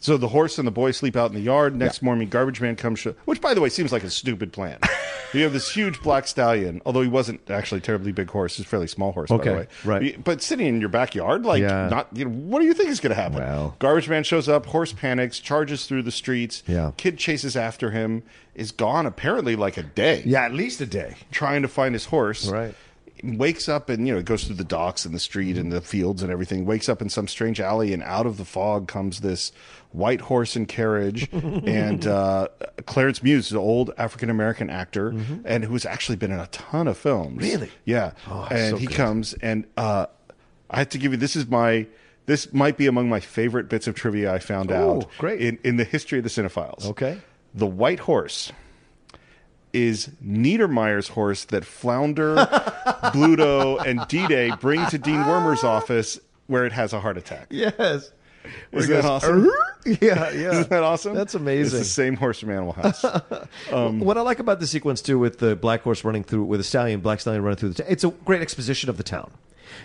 Speaker 2: So the horse and the boy sleep out in the yard. Next morning, garbage man comes, sho- which by the way seems like a stupid plan. you have this huge black stallion, although he wasn't actually a terribly big horse. He's a fairly small horse, by the
Speaker 3: Okay,
Speaker 2: way.
Speaker 3: right.
Speaker 2: You- But sitting in your backyard, like
Speaker 3: Yeah.
Speaker 2: not, you know, what do you think is going to happen?
Speaker 3: Well.
Speaker 2: Garbage man shows up. Horse panics, charges through the streets.
Speaker 3: Yeah.
Speaker 2: Kid chases after him. Is gone apparently like a day.
Speaker 3: at least a day.
Speaker 2: Trying to find his horse.
Speaker 3: Right.
Speaker 2: Wakes up and you know goes through the docks and the street and the fields and everything. Wakes up in some strange alley and out of the fog comes this white horse and carriage and uh, Clarence Muse, the old African American actor, and who's actually been in a ton of films.
Speaker 3: Mm-hmm. Really? Oh,
Speaker 2: Yeah. and he comes and uh, I have to give you this is my this might be among my favorite bits of trivia I found
Speaker 3: Oh,
Speaker 2: out
Speaker 3: great.
Speaker 2: in in the history of the cinephiles.
Speaker 3: Okay.
Speaker 2: The white horse is Niedermeyer's horse that Flounder, Bluto, and D Day bring to Dean Wormer's office where it has a heart attack.
Speaker 3: Yes.
Speaker 2: Isn't that awesome?
Speaker 3: "Er?" Yeah, yeah.
Speaker 2: Isn't that awesome?
Speaker 3: That's
Speaker 2: It's
Speaker 3: amazing.
Speaker 2: the same horse from Animal House. Um,
Speaker 3: what I like about the sequence too, with the black horse running through, with a stallion, black stallion running through the town, it's a great exposition of the town.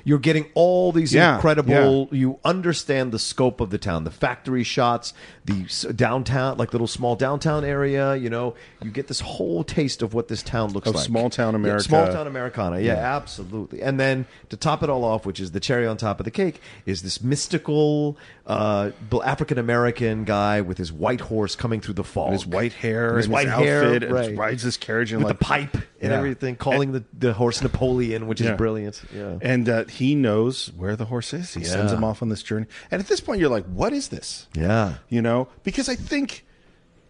Speaker 3: You're getting all these
Speaker 2: Yeah,
Speaker 3: incredible. You understand the scope of the town, the factory shots, the s- downtown, like little small downtown area. You know, you get this whole taste of what this town looks
Speaker 2: Of
Speaker 3: like.
Speaker 2: small town
Speaker 3: Yeah,
Speaker 2: America.
Speaker 3: small town Americana. Yeah, absolutely. And then to top it all off, which is the cherry on top of the cake, is this mystical uh, African American guy with his white horse coming through the fog,
Speaker 2: And his white hair,
Speaker 3: And
Speaker 2: and
Speaker 3: his white
Speaker 2: outfit,
Speaker 3: hair,
Speaker 2: and
Speaker 3: right.
Speaker 2: rides this carriage and
Speaker 3: with
Speaker 2: like
Speaker 3: the pipe and
Speaker 2: Yeah.
Speaker 3: everything, calling the, the horse Napoleon, which
Speaker 2: Yeah.
Speaker 3: is brilliant. Yeah.
Speaker 2: And uh, he knows where the horse is. He sends
Speaker 3: Yeah.
Speaker 2: him off on this journey. And at this point, you're like, what is this?
Speaker 3: Yeah.
Speaker 2: You know, because I think,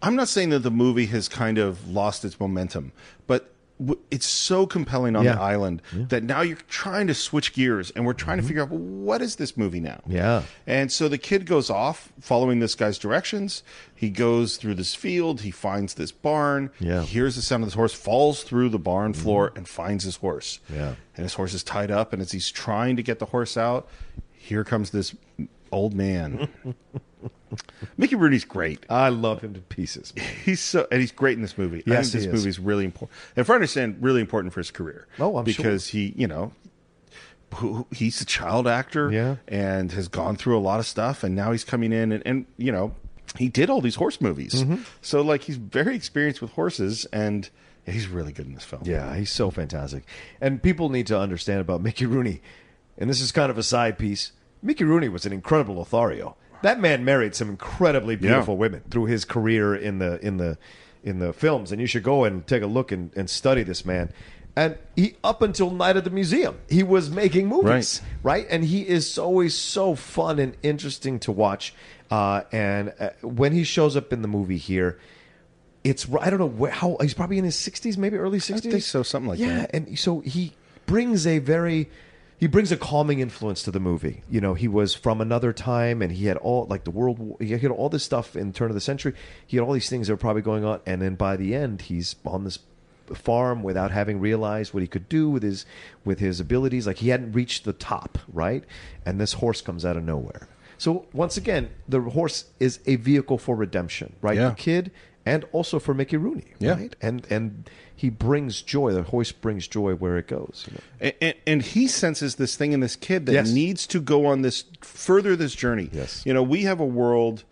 Speaker 2: I'm not saying that the movie has kind of lost its momentum, but w- it's so compelling on
Speaker 3: Yeah. Mm-hmm.
Speaker 2: the island that now you're trying to switch gears and we're trying to figure out well, what is this movie now?
Speaker 3: Yeah.
Speaker 2: And so the kid goes off following this guy's directions. He goes through this field. He finds this barn.
Speaker 3: Yeah.
Speaker 2: He hears the sound of this horse, falls through the barn floor, and finds his horse.
Speaker 3: Yeah.
Speaker 2: And his horse is tied up. And as he's trying to get the horse out, here comes this old man. Mickey Rooney's great.
Speaker 3: I love him to pieces.
Speaker 2: He's so and he's great in this movie. I
Speaker 3: Yes,
Speaker 2: think this
Speaker 3: he is.
Speaker 2: movie is really important. And for I understand, really important for his career.
Speaker 3: Oh, I'm sure.
Speaker 2: because he, you know, who, who- he's a child actor
Speaker 3: Yeah.
Speaker 2: and has gone through a lot of stuff and now he's coming in and, and you know, he did all these horse movies.
Speaker 3: Mm-hmm.
Speaker 2: So like he's very experienced with horses and he's really good in this film.
Speaker 3: Yeah, he's so fantastic. And people need to understand about Mickey Rooney. And this is kind of a side piece. Mickey Rooney was an incredible Lothario. That man married some incredibly beautiful
Speaker 2: Yeah.
Speaker 3: women through his career in the in the in the films. And you should go and take a look and, and study this man. And he up until Night at the Museum, he was making movies. Right. And he is always so fun and interesting to watch. Uh, and uh, when he shows up in the movie here, it's I don't know where, how he's probably in his sixties, maybe early sixties.
Speaker 2: think so, something like
Speaker 3: yeah,
Speaker 2: that.
Speaker 3: and so he brings a very he brings a calming influence to the movie. You know, he was from another time, and he had all like the world. War, he had all this stuff in turn of the century. He had all these things that were probably going on, and then by the end, he's on this farm without having realized what he could do with his with his abilities. Like he hadn't reached the top, right? And this horse comes out of nowhere. So once again, the horse is a vehicle for redemption, right?
Speaker 9: Yeah.
Speaker 3: The kid and also for Mickey Rooney,
Speaker 9: Yeah.
Speaker 3: right? And and he brings joy. The horse brings joy where it goes. you know?
Speaker 2: And, and, and he senses this thing in this kid that
Speaker 3: Yes.
Speaker 2: needs to go on this further this journey.
Speaker 3: Yes.
Speaker 2: You know, we have a world.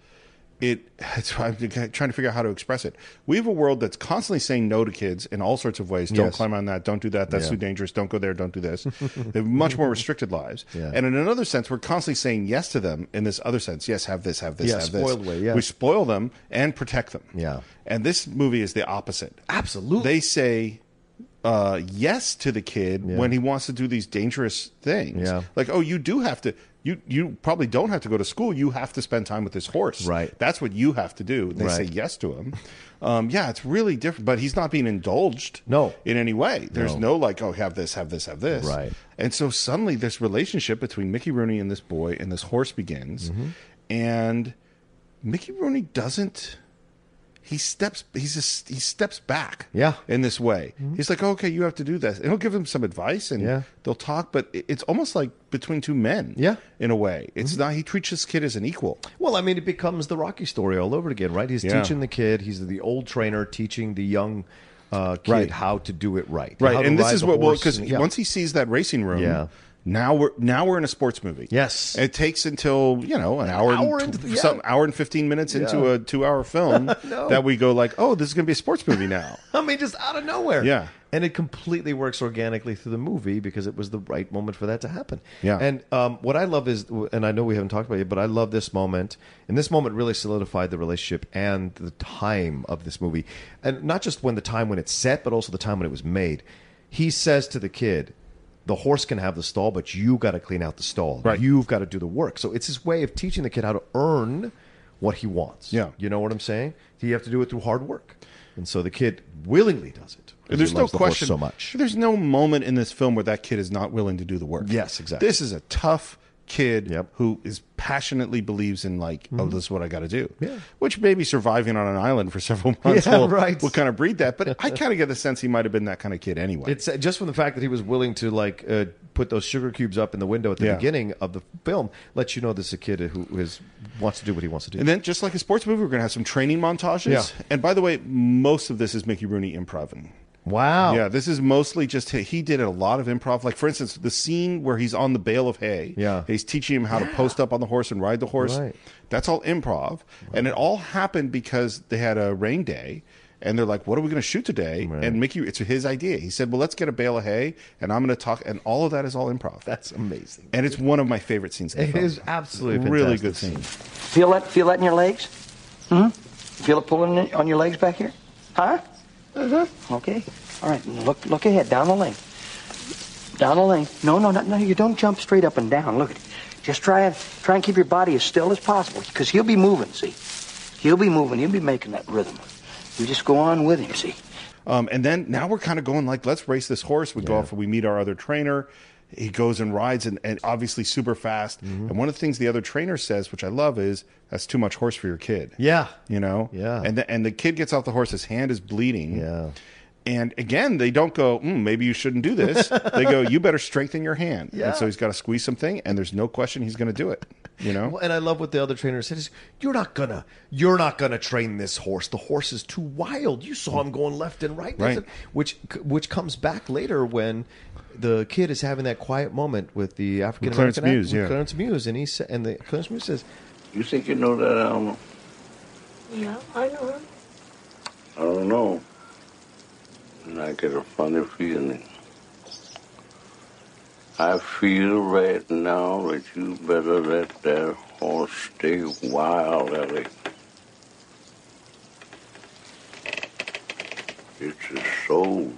Speaker 2: It. That's why I'm trying to figure out how to express it. We have a world that's constantly saying no to kids in all sorts of ways. Don't
Speaker 3: Yes.
Speaker 2: climb on that. Don't do that. That's
Speaker 3: Yeah.
Speaker 2: too dangerous. Don't go there. Don't do this. they have much more restricted lives.
Speaker 3: Yeah.
Speaker 2: And in another sense, we're constantly saying yes to them. In this other sense, yes, have this, have this,
Speaker 3: Yeah,
Speaker 2: have this.
Speaker 3: spoiled way, yeah.
Speaker 2: We spoil them and protect them.
Speaker 3: Yeah.
Speaker 2: And this movie is the opposite.
Speaker 3: Absolutely.
Speaker 2: They say uh, yes to the kid when he wants to do these dangerous things.
Speaker 3: Yeah.
Speaker 2: Like, oh, you do have to. You you probably don't have to go to school. You have to spend time with this horse.
Speaker 3: Right.
Speaker 2: That's what you have to do. They say
Speaker 3: Right.
Speaker 2: yes to him. Um, yeah, it's really different. But he's not being indulged.
Speaker 3: No.
Speaker 2: In any way. There's
Speaker 3: No.
Speaker 2: no, like, oh, have this, have this, have this.
Speaker 3: Right.
Speaker 2: And so suddenly this relationship between Mickey Rooney and this boy and this horse begins.
Speaker 3: Mm-hmm.
Speaker 2: And Mickey Rooney doesn't he steps he's just he steps back
Speaker 3: Yeah. Mm-hmm.
Speaker 2: in this way he's like okay you have to do this and he'll give him some advice and
Speaker 3: Yeah.
Speaker 2: they'll talk but it- it's almost like between two men
Speaker 3: Yeah. Mm-hmm.
Speaker 2: in a way it's not he treats this kid as an equal
Speaker 3: Well, I mean, it becomes the Rocky story all over again, right? He's
Speaker 2: Yeah.
Speaker 3: teaching the kid. He's the old trainer teaching the young uh, kid
Speaker 2: Right.
Speaker 3: how to do it right. how
Speaker 2: right
Speaker 3: to
Speaker 2: and this
Speaker 3: ride
Speaker 2: is
Speaker 3: the
Speaker 2: what well
Speaker 3: horse
Speaker 2: because
Speaker 3: and- yeah.
Speaker 2: once he sees that racing room
Speaker 3: Yeah.
Speaker 2: now we're now we're in a sports movie
Speaker 3: Yes.
Speaker 2: it takes until you know an hour,
Speaker 3: hour
Speaker 2: and
Speaker 3: into
Speaker 2: tw-
Speaker 3: the- yeah.
Speaker 2: some hour and 15 minutes into
Speaker 3: Yeah.
Speaker 2: a two hour film that we go like oh this is gonna be a sports movie now
Speaker 3: I mean, just out of nowhere.
Speaker 2: Yeah.
Speaker 3: And it completely works organically through the movie because it was the right moment for that to happen.
Speaker 2: Yeah.
Speaker 3: And um, what I love is, and I know we haven't talked about it, but I love this moment. And this moment really solidified the relationship and the time of this movie. And not just when the time when it's set, but also the time when it was made. He says to the kid, the horse can have the stall, but you got to clean out the stall.
Speaker 2: Right.
Speaker 3: You've got to do the work. So it's his way of teaching the kid how to earn what he wants.
Speaker 2: Yeah.
Speaker 3: You know what I'm saying? You have to do it through hard work. And so the kid willingly does it. 'cause
Speaker 2: There's
Speaker 3: he
Speaker 2: no
Speaker 3: loves the horse
Speaker 2: question
Speaker 3: so much.
Speaker 2: There's no moment in this film where that kid is not willing to do the work.
Speaker 3: Yes, exactly.
Speaker 2: This is a tough kid
Speaker 3: Yep. Mm-hmm.
Speaker 2: who is passionately believes in like, oh, this is what I got to do. Yeah. Which maybe surviving on an island for several months
Speaker 3: Yeah,
Speaker 2: will,
Speaker 3: right.
Speaker 2: will kind of breed that. But I kind of get the sense he might have been that kind of kid anyway.
Speaker 3: It's uh, just from the fact that he was willing to like uh, put those sugar cubes up in the window at the
Speaker 2: Yeah.
Speaker 3: beginning of the film lets you know this is a kid who is wants to do what he wants to do.
Speaker 2: and then, just like a sports movie, we're going to have some training montages.
Speaker 3: Yeah.
Speaker 2: And by the way, most of this is Mickey Rooney improvising.
Speaker 3: wow.
Speaker 2: Yeah, this is mostly just he, he did a lot of improv. Like for instance, the scene where he's on the bale of hay.
Speaker 3: Yeah.
Speaker 2: he's teaching him how to post up on the horse and ride the horse.
Speaker 3: Right.
Speaker 2: That's all improv, and it all happened because they had a rain day. And they're like, "What are we going to shoot today?" And Mickey, it's his idea. He said, "Well, let's get a bale of hay, and I'm going to talk." And all of that is all improv.
Speaker 3: That's amazing.
Speaker 2: and it's one of my favorite scenes. in the
Speaker 3: It
Speaker 2: film.
Speaker 3: is absolutely
Speaker 2: really
Speaker 3: fantastic
Speaker 2: good scene.
Speaker 10: Feel that? Feel that in your legs? Hmm. Feel it pulling in- on your legs back here? Huh? Mm-hmm. Okay. All right. Look. Look ahead. Down the lane. Down the lane. No, no, no, no. You don't jump straight up and down. Look at. Just try and try and keep your body as still as possible, because he'll be moving. See, he'll be moving. He'll be making that rhythm. You just go on with him. See.
Speaker 2: Um, and then now we're kind of going like, let's race this horse. We go off and we meet our other trainer. He goes and rides and, and obviously super fast.
Speaker 3: Mm-hmm.
Speaker 2: And one of the things the other trainer says, which I love, is that's too much horse for your kid.
Speaker 3: Yeah.
Speaker 2: You know?
Speaker 3: Yeah.
Speaker 2: And the, and the kid gets off the horse, his hand is bleeding.
Speaker 3: Yeah.
Speaker 2: And again, they don't go, mm, maybe you shouldn't do this. they go, you better strengthen your hand.
Speaker 3: Yeah.
Speaker 2: And so he's got to squeeze something, and there's no question he's going to do it. You know?
Speaker 3: Well, and I love what the other trainer said is you're not gonna you're not gonna train this horse. The horse is too wild. You saw him going left and right,
Speaker 2: Right.
Speaker 3: That's it. which which comes back later when the kid is having that quiet moment with the African
Speaker 2: Clarence
Speaker 3: American
Speaker 2: Muse, yeah.
Speaker 3: Clarence Muse, and he sa- and the Clarence Muse says,
Speaker 4: You think you know that animal?
Speaker 5: Yeah, I know him.
Speaker 4: I don't know. And I get a funny feeling. I feel right now that you better let that horse stay wild, Ellie. It's his soul.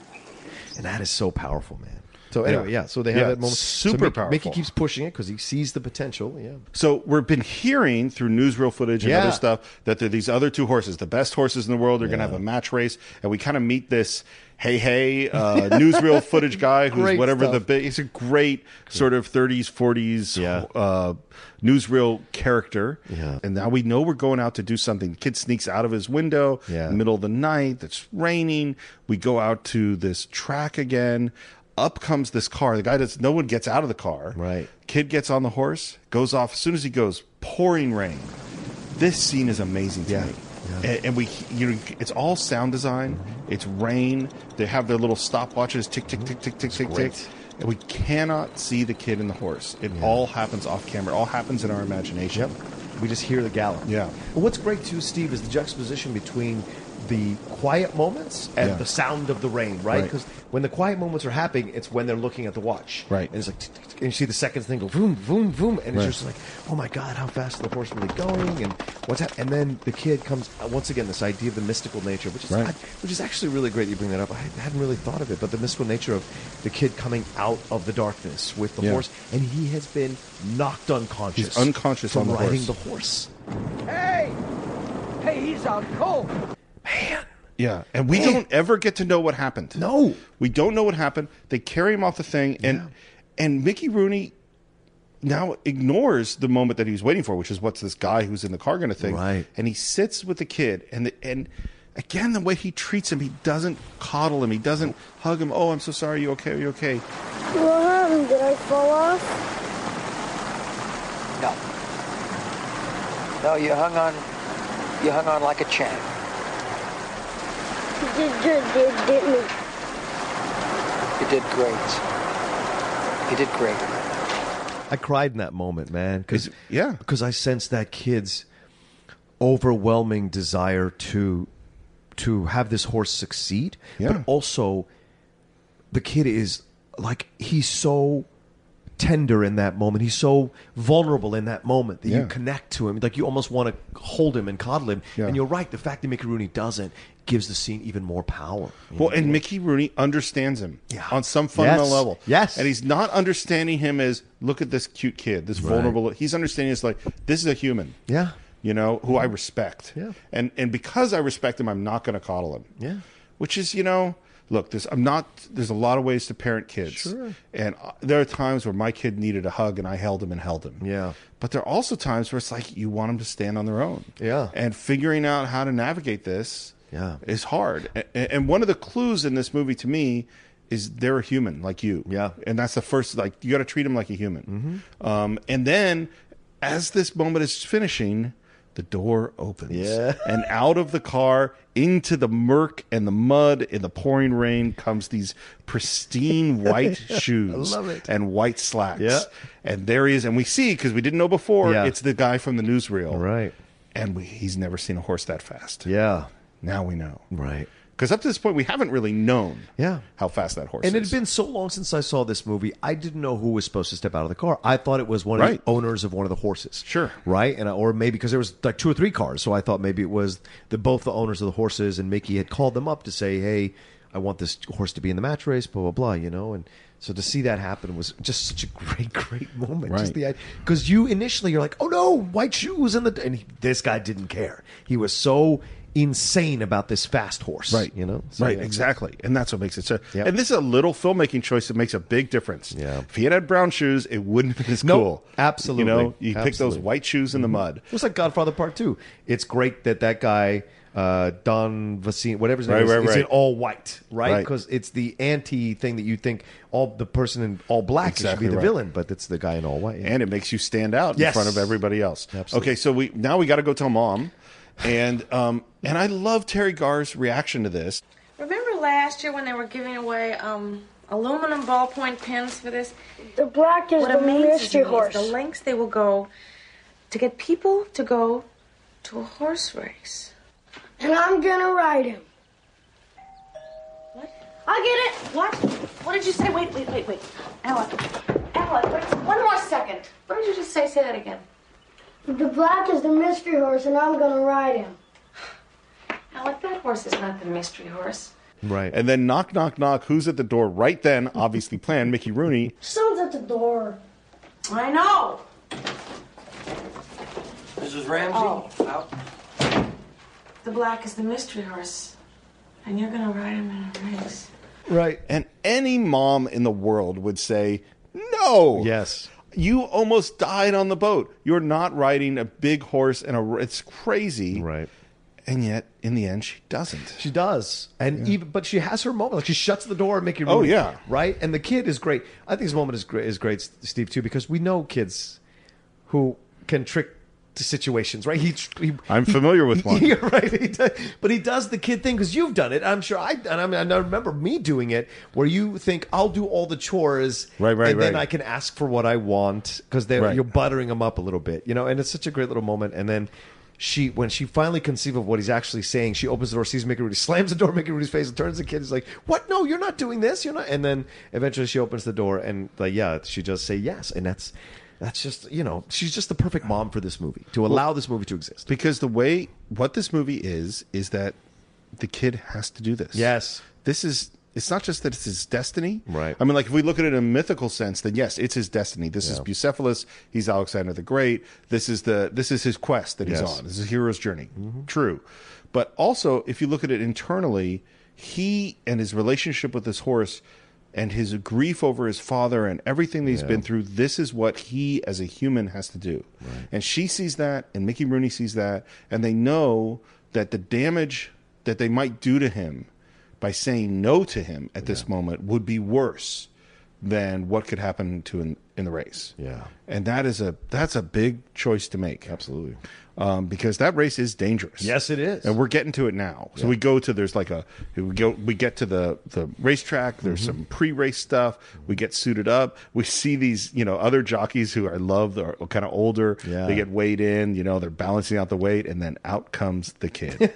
Speaker 3: and that is so powerful, man. So anyway, yeah.
Speaker 2: Yeah.
Speaker 3: so they have
Speaker 2: Yeah,
Speaker 3: that moment. so
Speaker 2: super
Speaker 3: Mi- Mickey
Speaker 2: powerful.
Speaker 3: keeps pushing it because he sees the potential. Yeah.
Speaker 2: So we've been hearing through newsreel footage and
Speaker 3: Yeah.
Speaker 2: other stuff that they're these other two horses, the best horses in the world. They're going to have a match race, and we kind of meet this hey hey uh, newsreel footage guy who's
Speaker 3: Great
Speaker 2: whatever the
Speaker 3: stuff.
Speaker 2: big. He's a great sort of 30s, 40s
Speaker 3: Yeah.
Speaker 2: uh, newsreel character.
Speaker 3: Yeah.
Speaker 2: And now we know we're going out to do something. The kid sneaks out of his window,
Speaker 3: Yeah.
Speaker 2: middle of the night. It's raining. We go out to this track again. Up comes this car. The guy does. No one gets out of the car.
Speaker 3: Right.
Speaker 2: Kid gets on the horse, goes off. As soon as he goes, pouring rain. This scene is amazing to me. And, and we, you know, it's all sound design. It's rain. They have their little stopwatches, tick, tick, tick, tick, tick, tick,
Speaker 3: great.
Speaker 2: tick. And we cannot see the kid and the horse. It all happens off camera. It all happens in our imagination.
Speaker 3: We just hear the gallop.
Speaker 2: Yeah.
Speaker 3: And what's great too, Steve, is the juxtaposition between the quiet moments and
Speaker 2: Yeah.
Speaker 3: the sound of the rain, right?
Speaker 2: Right.
Speaker 3: Because when the quiet moments are happening, it's when they're looking at the watch,
Speaker 2: Right.
Speaker 3: And it's like, tick, tick, tick, and you see the seconds thing go boom, boom, boom, and it's
Speaker 2: Right.
Speaker 3: just like, oh my god, how fast are the horse really going, and what's that? And then the kid comes uh, once again. This idea of the mystical nature, which is
Speaker 2: Right.
Speaker 3: I- which is actually really great. You bring that up. I hadn't really thought of it, but the mystical nature of the kid coming out of the darkness with the
Speaker 2: Yeah.
Speaker 3: horse, and he has been knocked unconscious.
Speaker 2: He's unconscious
Speaker 3: from
Speaker 2: on the
Speaker 3: riding
Speaker 2: horse.
Speaker 3: the horse.
Speaker 2: Yeah, and we don't ever get to know what happened.
Speaker 3: No.
Speaker 2: we don't know what happened. They carry him off the thing, and and Mickey Rooney now ignores the moment that he was waiting for, which is what's this guy who's in the car going to think,
Speaker 3: Right.
Speaker 2: And he sits with the kid, and the, and again the way he treats him, he doesn't coddle him, he doesn't hug him. Oh, I'm so sorry. You okay? Are you okay?
Speaker 11: What happened? Did I fall off?
Speaker 10: No. No, you hung on. You hung on like a champ.
Speaker 11: You did good, did, didn't you?
Speaker 10: You did great. You did great.
Speaker 3: I cried in that moment, man. Cause,
Speaker 2: Is- yeah.
Speaker 3: because I sensed that kid's overwhelming desire to to have this horse succeed,
Speaker 2: Yeah.
Speaker 3: but also the kid is like he's so tender in that moment. He's so vulnerable in that moment that you
Speaker 2: Yeah.
Speaker 3: connect to him. Like you almost want to hold him and coddle him.
Speaker 2: Yeah.
Speaker 3: And you're right. The fact that Mickey Rooney doesn't gives the scene even more power. you
Speaker 2: Mm-hmm. Well,
Speaker 3: know?
Speaker 2: and Mickey Rooney understands him
Speaker 3: Yeah.
Speaker 2: on some fundamental
Speaker 3: Yes.
Speaker 2: level.
Speaker 3: Yes.
Speaker 2: And he's not understanding him as, look at this cute kid, this vulnerable. He's understanding it's like, this is a human.
Speaker 3: Yeah.
Speaker 2: You know, who I respect.
Speaker 3: Yeah.
Speaker 2: And, and because I respect him, I'm not going to coddle him.
Speaker 3: Yeah.
Speaker 2: Which is, you know, look, there's, I'm not, there's a lot of ways to parent kids.
Speaker 3: Sure.
Speaker 2: And uh, there are times where my kid needed a hug and I held him and held him.
Speaker 3: Yeah.
Speaker 2: But there are also times where it's like you want them to stand on their own.
Speaker 3: Yeah.
Speaker 2: And figuring out how to navigate this
Speaker 3: Yeah.
Speaker 2: is hard. And, and one of the clues in this movie to me is they're a human like you.
Speaker 3: Yeah. Mm-hmm.
Speaker 2: And that's the first, like, you got to treat them like a human. Um, and then as this moment is finishing, the door opens.
Speaker 3: Yeah.
Speaker 2: And out of the car, into the murk and the mud and the pouring rain comes these pristine white shoes
Speaker 3: love it.
Speaker 2: and white slacks.
Speaker 3: Yeah.
Speaker 2: And there he is. And we see, because we didn't know before,
Speaker 3: Yeah.
Speaker 2: it's the guy from the newsreel.
Speaker 3: Right.
Speaker 2: And we, he's never seen a horse that fast.
Speaker 3: yeah.
Speaker 2: Now we know.
Speaker 3: Right.
Speaker 2: Because up to this point, we haven't really known
Speaker 3: Yeah.
Speaker 2: how fast that horse
Speaker 3: And it
Speaker 2: is.
Speaker 3: had been so long since I saw this movie, I didn't know who was supposed to step out of the car. I thought it was one of
Speaker 2: Right.
Speaker 3: the owners of one of the horses.
Speaker 2: Sure.
Speaker 3: Right? And I, or maybe because there was like two or three cars, so I thought maybe it was the both the owners of the horses and Mickey had called them up to say, "Hey, I want this horse to be in the match race, blah blah blah," you know, and so to see that happen was just such a great, great moment. Just
Speaker 2: Right.
Speaker 3: the because you initially you're like, oh no, white shoes and the and he, this guy didn't care. He was so insane about this fast horse,
Speaker 2: Right,
Speaker 3: You know,
Speaker 2: right,
Speaker 3: yeah.
Speaker 2: exactly, and that's what makes it so.
Speaker 3: Yep.
Speaker 2: And this is a little filmmaking choice that makes a big difference.
Speaker 3: Yeah.
Speaker 2: If he had had brown shoes, it wouldn't have been as
Speaker 3: Nope,
Speaker 2: cool.
Speaker 3: absolutely,
Speaker 2: you know, you pick those
Speaker 3: absolutely. Mm-hmm.
Speaker 2: white shoes in the mud.
Speaker 3: It was like Godfather Part Two. It's great that that guy uh, Don Vecino, whatever his name
Speaker 2: Right,
Speaker 3: is,
Speaker 2: right,
Speaker 3: is in
Speaker 2: right.
Speaker 3: all white, right?
Speaker 2: Right.
Speaker 3: Because it's the anti thing that you think all the person in all black
Speaker 2: Exactly
Speaker 3: should be the
Speaker 2: right.
Speaker 3: villain, but it's the guy in all white.
Speaker 2: and it makes you stand out in
Speaker 3: Yes.
Speaker 2: front of everybody else.
Speaker 3: Absolutely.
Speaker 2: Okay, so we now we got to go tell mom, and um and I love Terry Garr's reaction to this.
Speaker 5: Remember last year when they were giving away um, aluminum ballpoint pens for this?
Speaker 11: The black is
Speaker 5: What
Speaker 11: the
Speaker 5: amazes me
Speaker 11: mystery
Speaker 5: is
Speaker 11: horse.
Speaker 5: the lengths they will go to get people to go to a horse race.
Speaker 11: And I'm gonna ride him.
Speaker 5: What? I get it. What? What did you say? Wait, wait, wait, wait. Alec, Alec, wait one more second. What did you just say? Say that again.
Speaker 11: The black is the mystery horse, and I'm gonna ride him.
Speaker 5: Alec, that horse is not the mystery horse.
Speaker 3: Right.
Speaker 2: And then knock, knock, knock. Who's at the door right then? Obviously planned. Mickey Rooney.
Speaker 12: Someone's at the door.
Speaker 5: I know.
Speaker 13: Mrs. Ramsey?
Speaker 5: Oh.
Speaker 13: Out.
Speaker 5: The black is the mystery horse, and you're gonna ride him in a race.
Speaker 3: Right.
Speaker 2: And any mom in the world would say, no.
Speaker 3: Yes.
Speaker 2: You almost died on the boat. You're not riding a big horse and a. It's crazy.
Speaker 3: Right.
Speaker 2: And yet, in the end, she doesn't.
Speaker 3: She does, and even but she has her moment. Like she shuts the door, and Mickey.
Speaker 2: Oh,
Speaker 3: Rooney,
Speaker 2: yeah.
Speaker 3: right. And the kid is great. I think his moment is great. Is great, Steve too, because we know kids who can trick to situations, right? He, tr- he
Speaker 2: I'm familiar with one.
Speaker 3: Yeah, right. He does, but he does the kid thing because you've done it. I'm sure I and I, mean, I remember me doing it, where you think I'll do all the chores,
Speaker 2: Right, right,
Speaker 3: and then
Speaker 2: right.
Speaker 3: I can ask for what I want because they
Speaker 2: Right.
Speaker 3: you're buttering them up a little bit, you know. And it's such a great little moment. And then she, when she finally conceives of what he's actually saying, she opens the door, sees Mickey Rooney, slams the door, in Mickey Rooney's face, and turns to the kid. He's like, "What? No, you're not doing this. You're not." And then eventually she opens the door, and like, yeah, she just say yes, and that's. That's just you know she's just the perfect mom for this movie to allow this movie to exist.
Speaker 2: Because the way what this movie is is that the kid has to do this.
Speaker 3: Yes.
Speaker 2: This is it's not just that it's his destiny.
Speaker 3: Right.
Speaker 2: I mean, like if we look at it in a mythical sense, then yes, it's his destiny. This is Bucephalus. He's Alexander the Great. This is the this is his quest that he's
Speaker 3: Yes. Mm-hmm.
Speaker 2: on. This is a hero's journey. True. But also, if you look at it internally, he and his relationship with this horse and his grief over his father and everything that he's been through, this is what he as a human has to do. And she sees that, and Mickey Rooney sees that, and they know that the damage that they might do to him by saying no to him at this moment would be worse than what could happen to in, in the race.
Speaker 3: Yeah.
Speaker 2: And that is a that's a big choice to make.
Speaker 3: Absolutely.
Speaker 2: Um, because that race is dangerous.
Speaker 3: Yes, it is.
Speaker 2: And we're getting to it now. So we go to there's like a we go we get to the the racetrack. There's
Speaker 3: Mm-hmm.
Speaker 2: some pre-race stuff. We get suited up. We see these you know other jockeys who I love. They're kind of older.
Speaker 3: Yeah.
Speaker 2: They get weighed in. You know they're balancing out the weight, and then out comes the kid,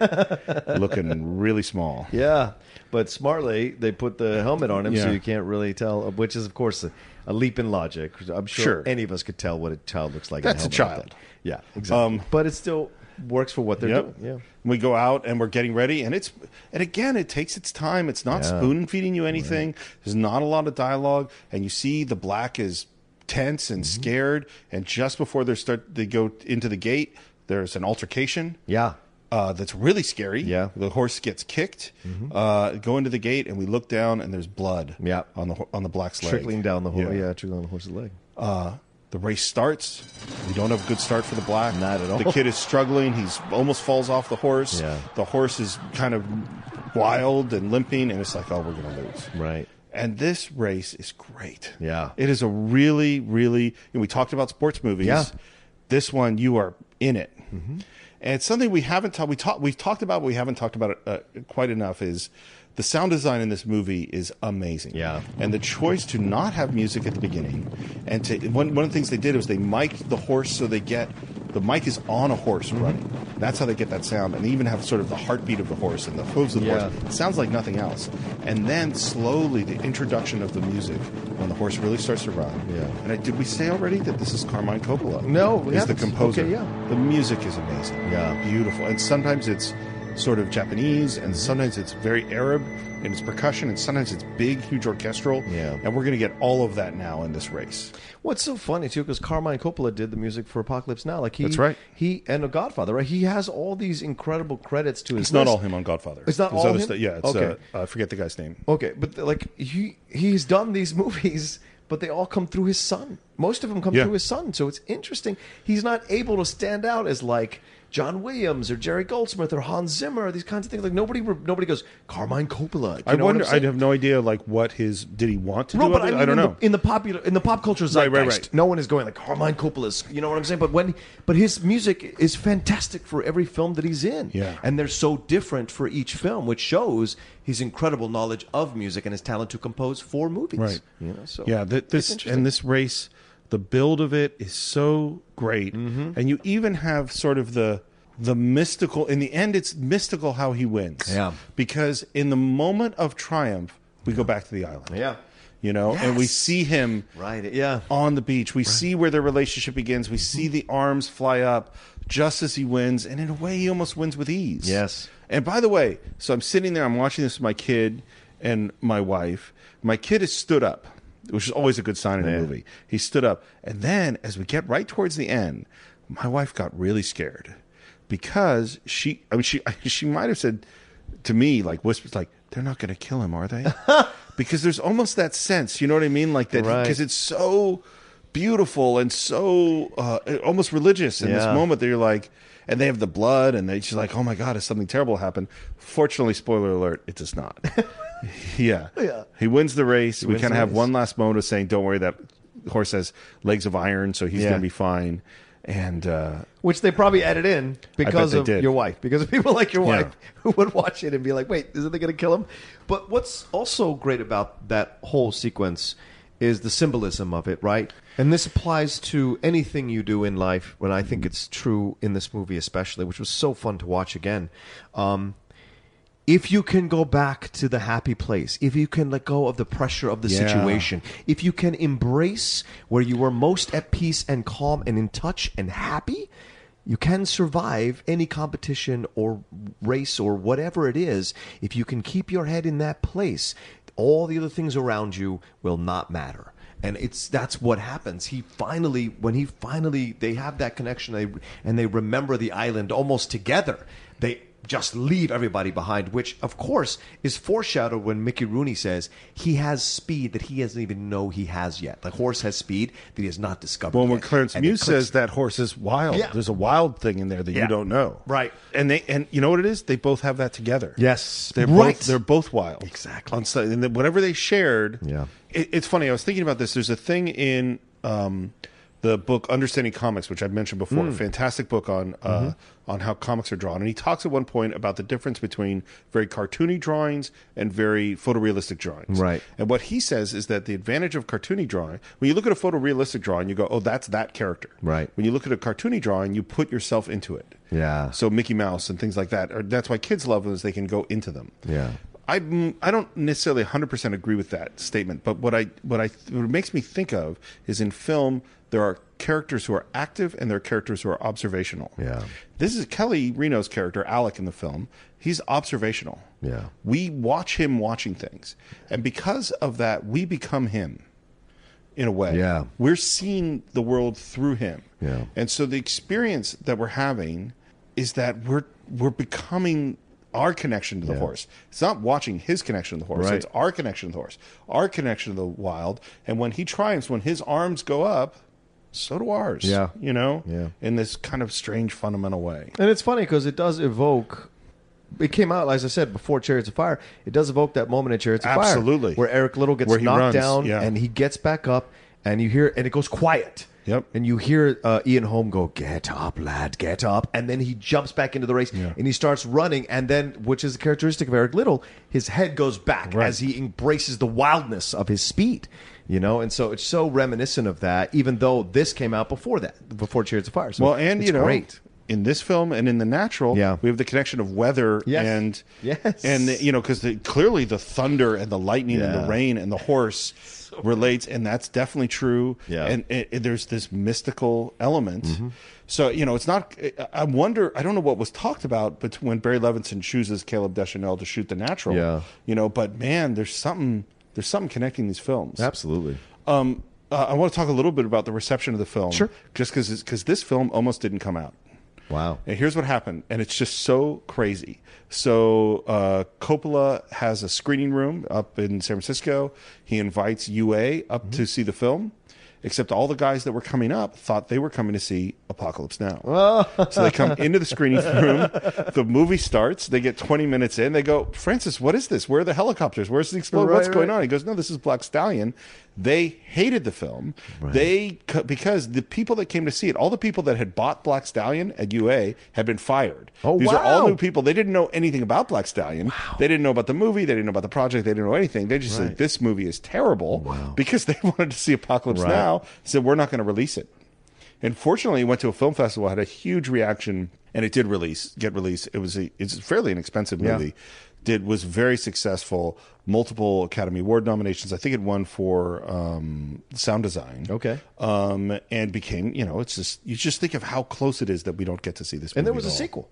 Speaker 2: looking really small.
Speaker 3: Yeah, but smartly they put the helmet on him, so
Speaker 2: Yeah.
Speaker 3: you can't really tell. Which is, of course, a, a leap in logic. I'm sure,
Speaker 2: Sure.
Speaker 3: any of us could tell what a child looks like.
Speaker 2: That's
Speaker 3: in
Speaker 2: a
Speaker 3: helmet like
Speaker 2: child.
Speaker 3: that. Yeah, exactly.
Speaker 2: Um,
Speaker 3: but it still works for what they're
Speaker 2: Yep.
Speaker 3: doing.
Speaker 2: We go out and we're getting ready, and it's and again it takes its time. It's not
Speaker 3: Yeah.
Speaker 2: spoon feeding you anything. There's not a lot of dialogue, and you see the black is tense and
Speaker 3: Mm-hmm.
Speaker 2: scared. And just before they start, they go into the gate. There's an altercation.
Speaker 3: Yeah,
Speaker 2: Uh, that's really scary.
Speaker 3: Yeah. Mm-hmm.
Speaker 2: the horse gets kicked. Uh, go into the gate, and we look down, and there's blood.
Speaker 3: Yeah.
Speaker 2: on the ho- on the black's
Speaker 3: yeah,
Speaker 2: leg,
Speaker 3: trickling down the horse. Yeah. trickling down the horse's leg.
Speaker 2: Uh, the race starts. We don't have a good start for the black.
Speaker 3: Not at all.
Speaker 2: The kid is struggling. He's almost falls off the horse.
Speaker 3: Yeah.
Speaker 2: The horse is kind of wild and limping, and it's like, oh, we're going to lose.
Speaker 3: Right.
Speaker 2: And this race is great.
Speaker 3: Yeah.
Speaker 2: It is a really, really. And we talked about sports movies.
Speaker 3: Yeah. Mm-hmm.
Speaker 2: This one, you are in it. And it's something we haven't talked. We talked. We've talked about. But we haven't talked about it uh, quite enough. Is the sound design in this movie is amazing.
Speaker 3: Yeah.
Speaker 2: And the choice to not have music at the beginning, and to one one of the things they did was they mic'd the horse so they get the mic is on a horse
Speaker 3: Mm-hmm.
Speaker 2: running. That's how they get that sound, and they even have sort of the heartbeat of the horse and the hooves of the
Speaker 3: Yeah.
Speaker 2: horse. It sounds like nothing else. And then slowly the introduction of the music when the horse really starts to run.
Speaker 3: Yeah.
Speaker 2: And I, did we say already that this is Carmine Coppola?
Speaker 3: No, we
Speaker 2: is the
Speaker 3: haven't.
Speaker 2: composer.
Speaker 3: Okay, yeah.
Speaker 2: The music is amazing.
Speaker 3: Yeah.
Speaker 2: Beautiful. And sometimes it's sort of Japanese, and sometimes it's very Arab in its percussion, and sometimes it's big, huge orchestral.
Speaker 3: Yeah.
Speaker 2: And we're going to get all of that now in this race.
Speaker 3: What's so funny too, because Carmine Coppola did the music for Apocalypse Now. Like he,
Speaker 2: That's right.
Speaker 3: He and The Godfather, right? He has all these incredible credits to his.
Speaker 2: It's not
Speaker 3: list.
Speaker 2: all him on Godfather.
Speaker 3: It's not
Speaker 2: There's
Speaker 3: all
Speaker 2: other
Speaker 3: him?
Speaker 2: stu- yeah. It's,
Speaker 3: Okay.
Speaker 2: uh, I forget the guy's name.
Speaker 3: Okay, but like he he's done these movies, but they all come through his son. Most of them come
Speaker 2: Yeah.
Speaker 3: through his son, so it's interesting. He's not able to stand out as like John Williams or Jerry Goldsmith or Hans Zimmer, these kinds of things. Like nobody re- nobody goes Carmine Coppola. Do you
Speaker 2: I
Speaker 3: know what
Speaker 2: wonder.
Speaker 3: I'm
Speaker 2: I'd
Speaker 3: saying?
Speaker 2: have no idea. Like, what his did he want to
Speaker 3: No,
Speaker 2: do?
Speaker 3: but
Speaker 2: other-
Speaker 3: I, mean,
Speaker 2: I don't
Speaker 3: in
Speaker 2: know.
Speaker 3: The, in the popular, in the pop culture
Speaker 2: Right,
Speaker 3: zeitgeist,
Speaker 2: right, right.
Speaker 3: no one is going like Carmine Coppola's. You know what I'm saying? But when, but his music is fantastic for every film that he's in.
Speaker 2: Yeah.
Speaker 3: and they're so different for each film, which shows his incredible knowledge of music and his talent to compose for movies.
Speaker 2: Right.
Speaker 3: You know, so
Speaker 2: yeah, th-
Speaker 3: it's
Speaker 2: this
Speaker 3: interesting.
Speaker 2: and this race, the build of it is so great,
Speaker 3: Mm-hmm.
Speaker 2: and you even have sort of the the mystical. In the end, it's mystical how he wins.
Speaker 3: Yeah.
Speaker 2: because in the moment of triumph, we go back to the island.
Speaker 3: Yeah.
Speaker 2: you know, and we
Speaker 3: Yes.
Speaker 2: see him
Speaker 3: Right. Yeah.
Speaker 2: on the beach. We see where their relationship begins. We see the arms fly up just as he wins, and in a way, he almost wins with ease.
Speaker 3: Yes.
Speaker 2: And by the way, so I'm sitting there, I'm watching this with my kid and my wife. My kid has stood up, which is always a good sign in a movie. He stood up. And then as we get right towards the end, my wife got really scared because she, I mean, she, she might have said to me, like, whispers, like, they're not going to kill him, are they? because there's almost that sense, you know what I mean? Like that,
Speaker 3: Right.
Speaker 2: because it's so beautiful and so uh, almost religious in this
Speaker 3: Yeah.
Speaker 2: moment that you're like, and they have the blood, and they, she's like, "Oh my God, has something terrible happened?" Fortunately, spoiler alert, it does not. yeah, yeah. He wins the race. we
Speaker 3: wins
Speaker 2: kind
Speaker 3: the
Speaker 2: of have
Speaker 3: race.
Speaker 2: one last moment of saying, "Don't worry, that horse has legs of iron, so he's
Speaker 3: Yeah.
Speaker 2: going to be fine." And uh,
Speaker 3: Which they probably added in because
Speaker 2: they
Speaker 3: of
Speaker 2: did.
Speaker 3: your wife, because of people like your
Speaker 2: Yeah.
Speaker 3: wife who would watch it and be like, "Wait, isn't they going to kill him?" But what's also great about that whole sequence is the symbolism of it, right? And this applies to anything you do in life. When I think it's true in this movie, especially, which was so fun to watch again. Um, if you can go back to the happy place, if you can let go of the pressure of the
Speaker 2: Yeah.
Speaker 3: situation, if you can embrace where you were most at peace and calm and in touch and happy, you can survive any competition or race or whatever it is. If you can keep your head in that place, all the other things around you will not matter. And it's that's what happens. He finally, when he finally, they have that connection, they and they remember the island almost together. They just leave everybody behind, which of course is foreshadowed when Mickey Rooney says he has speed that he doesn't even know he has yet. The horse has speed that he has not discovered.
Speaker 2: well, when
Speaker 3: yet.
Speaker 2: Clarence
Speaker 3: And it
Speaker 2: Muse
Speaker 3: clicks.
Speaker 2: says that horse is wild,
Speaker 3: Yeah.
Speaker 2: there's a wild thing in there that
Speaker 3: Yeah.
Speaker 2: you don't know,
Speaker 3: Right.
Speaker 2: And they and you know what it is? They both have that together.
Speaker 3: Yes.
Speaker 2: they're
Speaker 3: Right.
Speaker 2: both they're both wild,
Speaker 3: Exactly.
Speaker 2: On so, and then whatever they shared,
Speaker 3: Yeah.
Speaker 2: It, it's funny. I was thinking about this. There's a thing in um, the book Understanding Comics, which I've mentioned before.
Speaker 3: Mm.
Speaker 2: Fantastic book on uh,
Speaker 3: Mm-hmm.
Speaker 2: on how comics are drawn, and he talks at one point about the difference between very cartoony drawings and very photorealistic drawings.
Speaker 3: Right.
Speaker 2: And what he says is that the advantage of cartoony drawing, when you look at a photorealistic drawing, you go, "Oh, that's that character."
Speaker 3: Right.
Speaker 2: When you look at a cartoony drawing, you put yourself into it.
Speaker 3: Yeah.
Speaker 2: So Mickey Mouse and things like that. Or that's why kids love them is they can go into them.
Speaker 3: Yeah.
Speaker 2: I, mm, I don't necessarily 100% agree with that statement, but what I what I what it makes me think of is in film there are characters who are active and there are characters who are observational.
Speaker 3: Yeah.
Speaker 2: This is Kelly Reno's character Alec in the film. He's observational.
Speaker 3: Yeah.
Speaker 2: We watch him watching things. And because of that, we become him in a way.
Speaker 3: Yeah.
Speaker 2: We're seeing the world through him.
Speaker 3: Yeah.
Speaker 2: And so the experience that we're having is that we're we're becoming our connection to the
Speaker 3: Yeah.
Speaker 2: horse. It's not watching his connection to the horse.
Speaker 3: Right.
Speaker 2: It's our connection to the horse. Our connection to the wild. And when he triumphs, when his arms go up, so do ours.
Speaker 3: Yeah.
Speaker 2: You know?
Speaker 3: Yeah.
Speaker 2: In this kind of strange fundamental way.
Speaker 3: And it's funny because it does evoke. It came out, as I said, before Chariots of Fire. It does evoke that moment in Chariots of Fire,
Speaker 2: Absolutely.
Speaker 3: where Eric Little gets
Speaker 2: Where he
Speaker 3: knocked
Speaker 2: runs,
Speaker 3: down
Speaker 2: yeah.
Speaker 3: and he gets back up, and you hear, and it goes quiet.
Speaker 2: Yep.
Speaker 3: And you hear uh, Ian Holm go, "Get up, lad, get up!" And then he jumps back into the race and he starts running. And then, which is characteristic of Eric Little, his head goes back
Speaker 2: Right.
Speaker 3: as he embraces the wildness of his speed. You know, and so it's so reminiscent of that. Even though this came out before that, before Chariots of Fire. So
Speaker 2: well, and
Speaker 3: it's
Speaker 2: you know,
Speaker 3: great.
Speaker 2: in this film and in the natural,
Speaker 3: Yeah.
Speaker 2: we have the connection of weather
Speaker 3: Yes.
Speaker 2: and
Speaker 3: Yes.
Speaker 2: and the, you know because clearly the thunder and the lightning and
Speaker 3: Yeah.
Speaker 2: the rain and the horse relates, and that's definitely true.
Speaker 3: Yeah. Mm-hmm.
Speaker 2: and it, it- there's this mystical element. So you know, it's not. I- I wonder. I don't know what was talked about, but when Barry Levinson chooses Caleb Deschanel to shoot the natural,
Speaker 3: Yeah.
Speaker 2: you know, but man, there's something. There's something connecting these films.
Speaker 3: Absolutely.
Speaker 2: Um, uh, I want to talk a little bit about the reception of the film,
Speaker 3: Sure.
Speaker 2: Just because because this film almost didn't come out.
Speaker 3: Wow.
Speaker 2: And here's what happened, and it's just so crazy. So uh, Coppola has a screening room up in San Francisco. He invites UA up to see the film. Except all the guys that were coming up thought they were coming to see Apocalypse Now. so they come into the screening room. The movie starts. They get 20 minutes in. They go, Francis, what is this? Where are the helicopters? Where's the explosion?
Speaker 3: Right,
Speaker 2: What's going
Speaker 3: right.
Speaker 2: on? He goes, No, this is Black Stallion. They hated the film. They c- because the people that came to see it, all the people that had bought Black Stallion at UA had been fired.
Speaker 3: Oh,
Speaker 2: These are all
Speaker 3: wow.
Speaker 2: new people. They didn't know anything about Black Stallion. They didn't know about the movie. They didn't know about the project. They didn't know anything. They just said this movie is terrible because they wanted to see Apocalypse
Speaker 3: Right.
Speaker 2: Now. Said we're not going to release it. And fortunately, it went to a film festival, had a huge reaction, and it did release get released. It was a, it's a fairly inexpensive
Speaker 14: Yeah.
Speaker 2: movie. Did was very successful, multiple Academy Award nominations. I think it won for um, sound design.
Speaker 3: Okay.
Speaker 2: um, and became you know it's just you just think of how close it is that we don't get to see this.
Speaker 3: And there
Speaker 2: movie
Speaker 3: was a
Speaker 2: at all.
Speaker 3: sequel.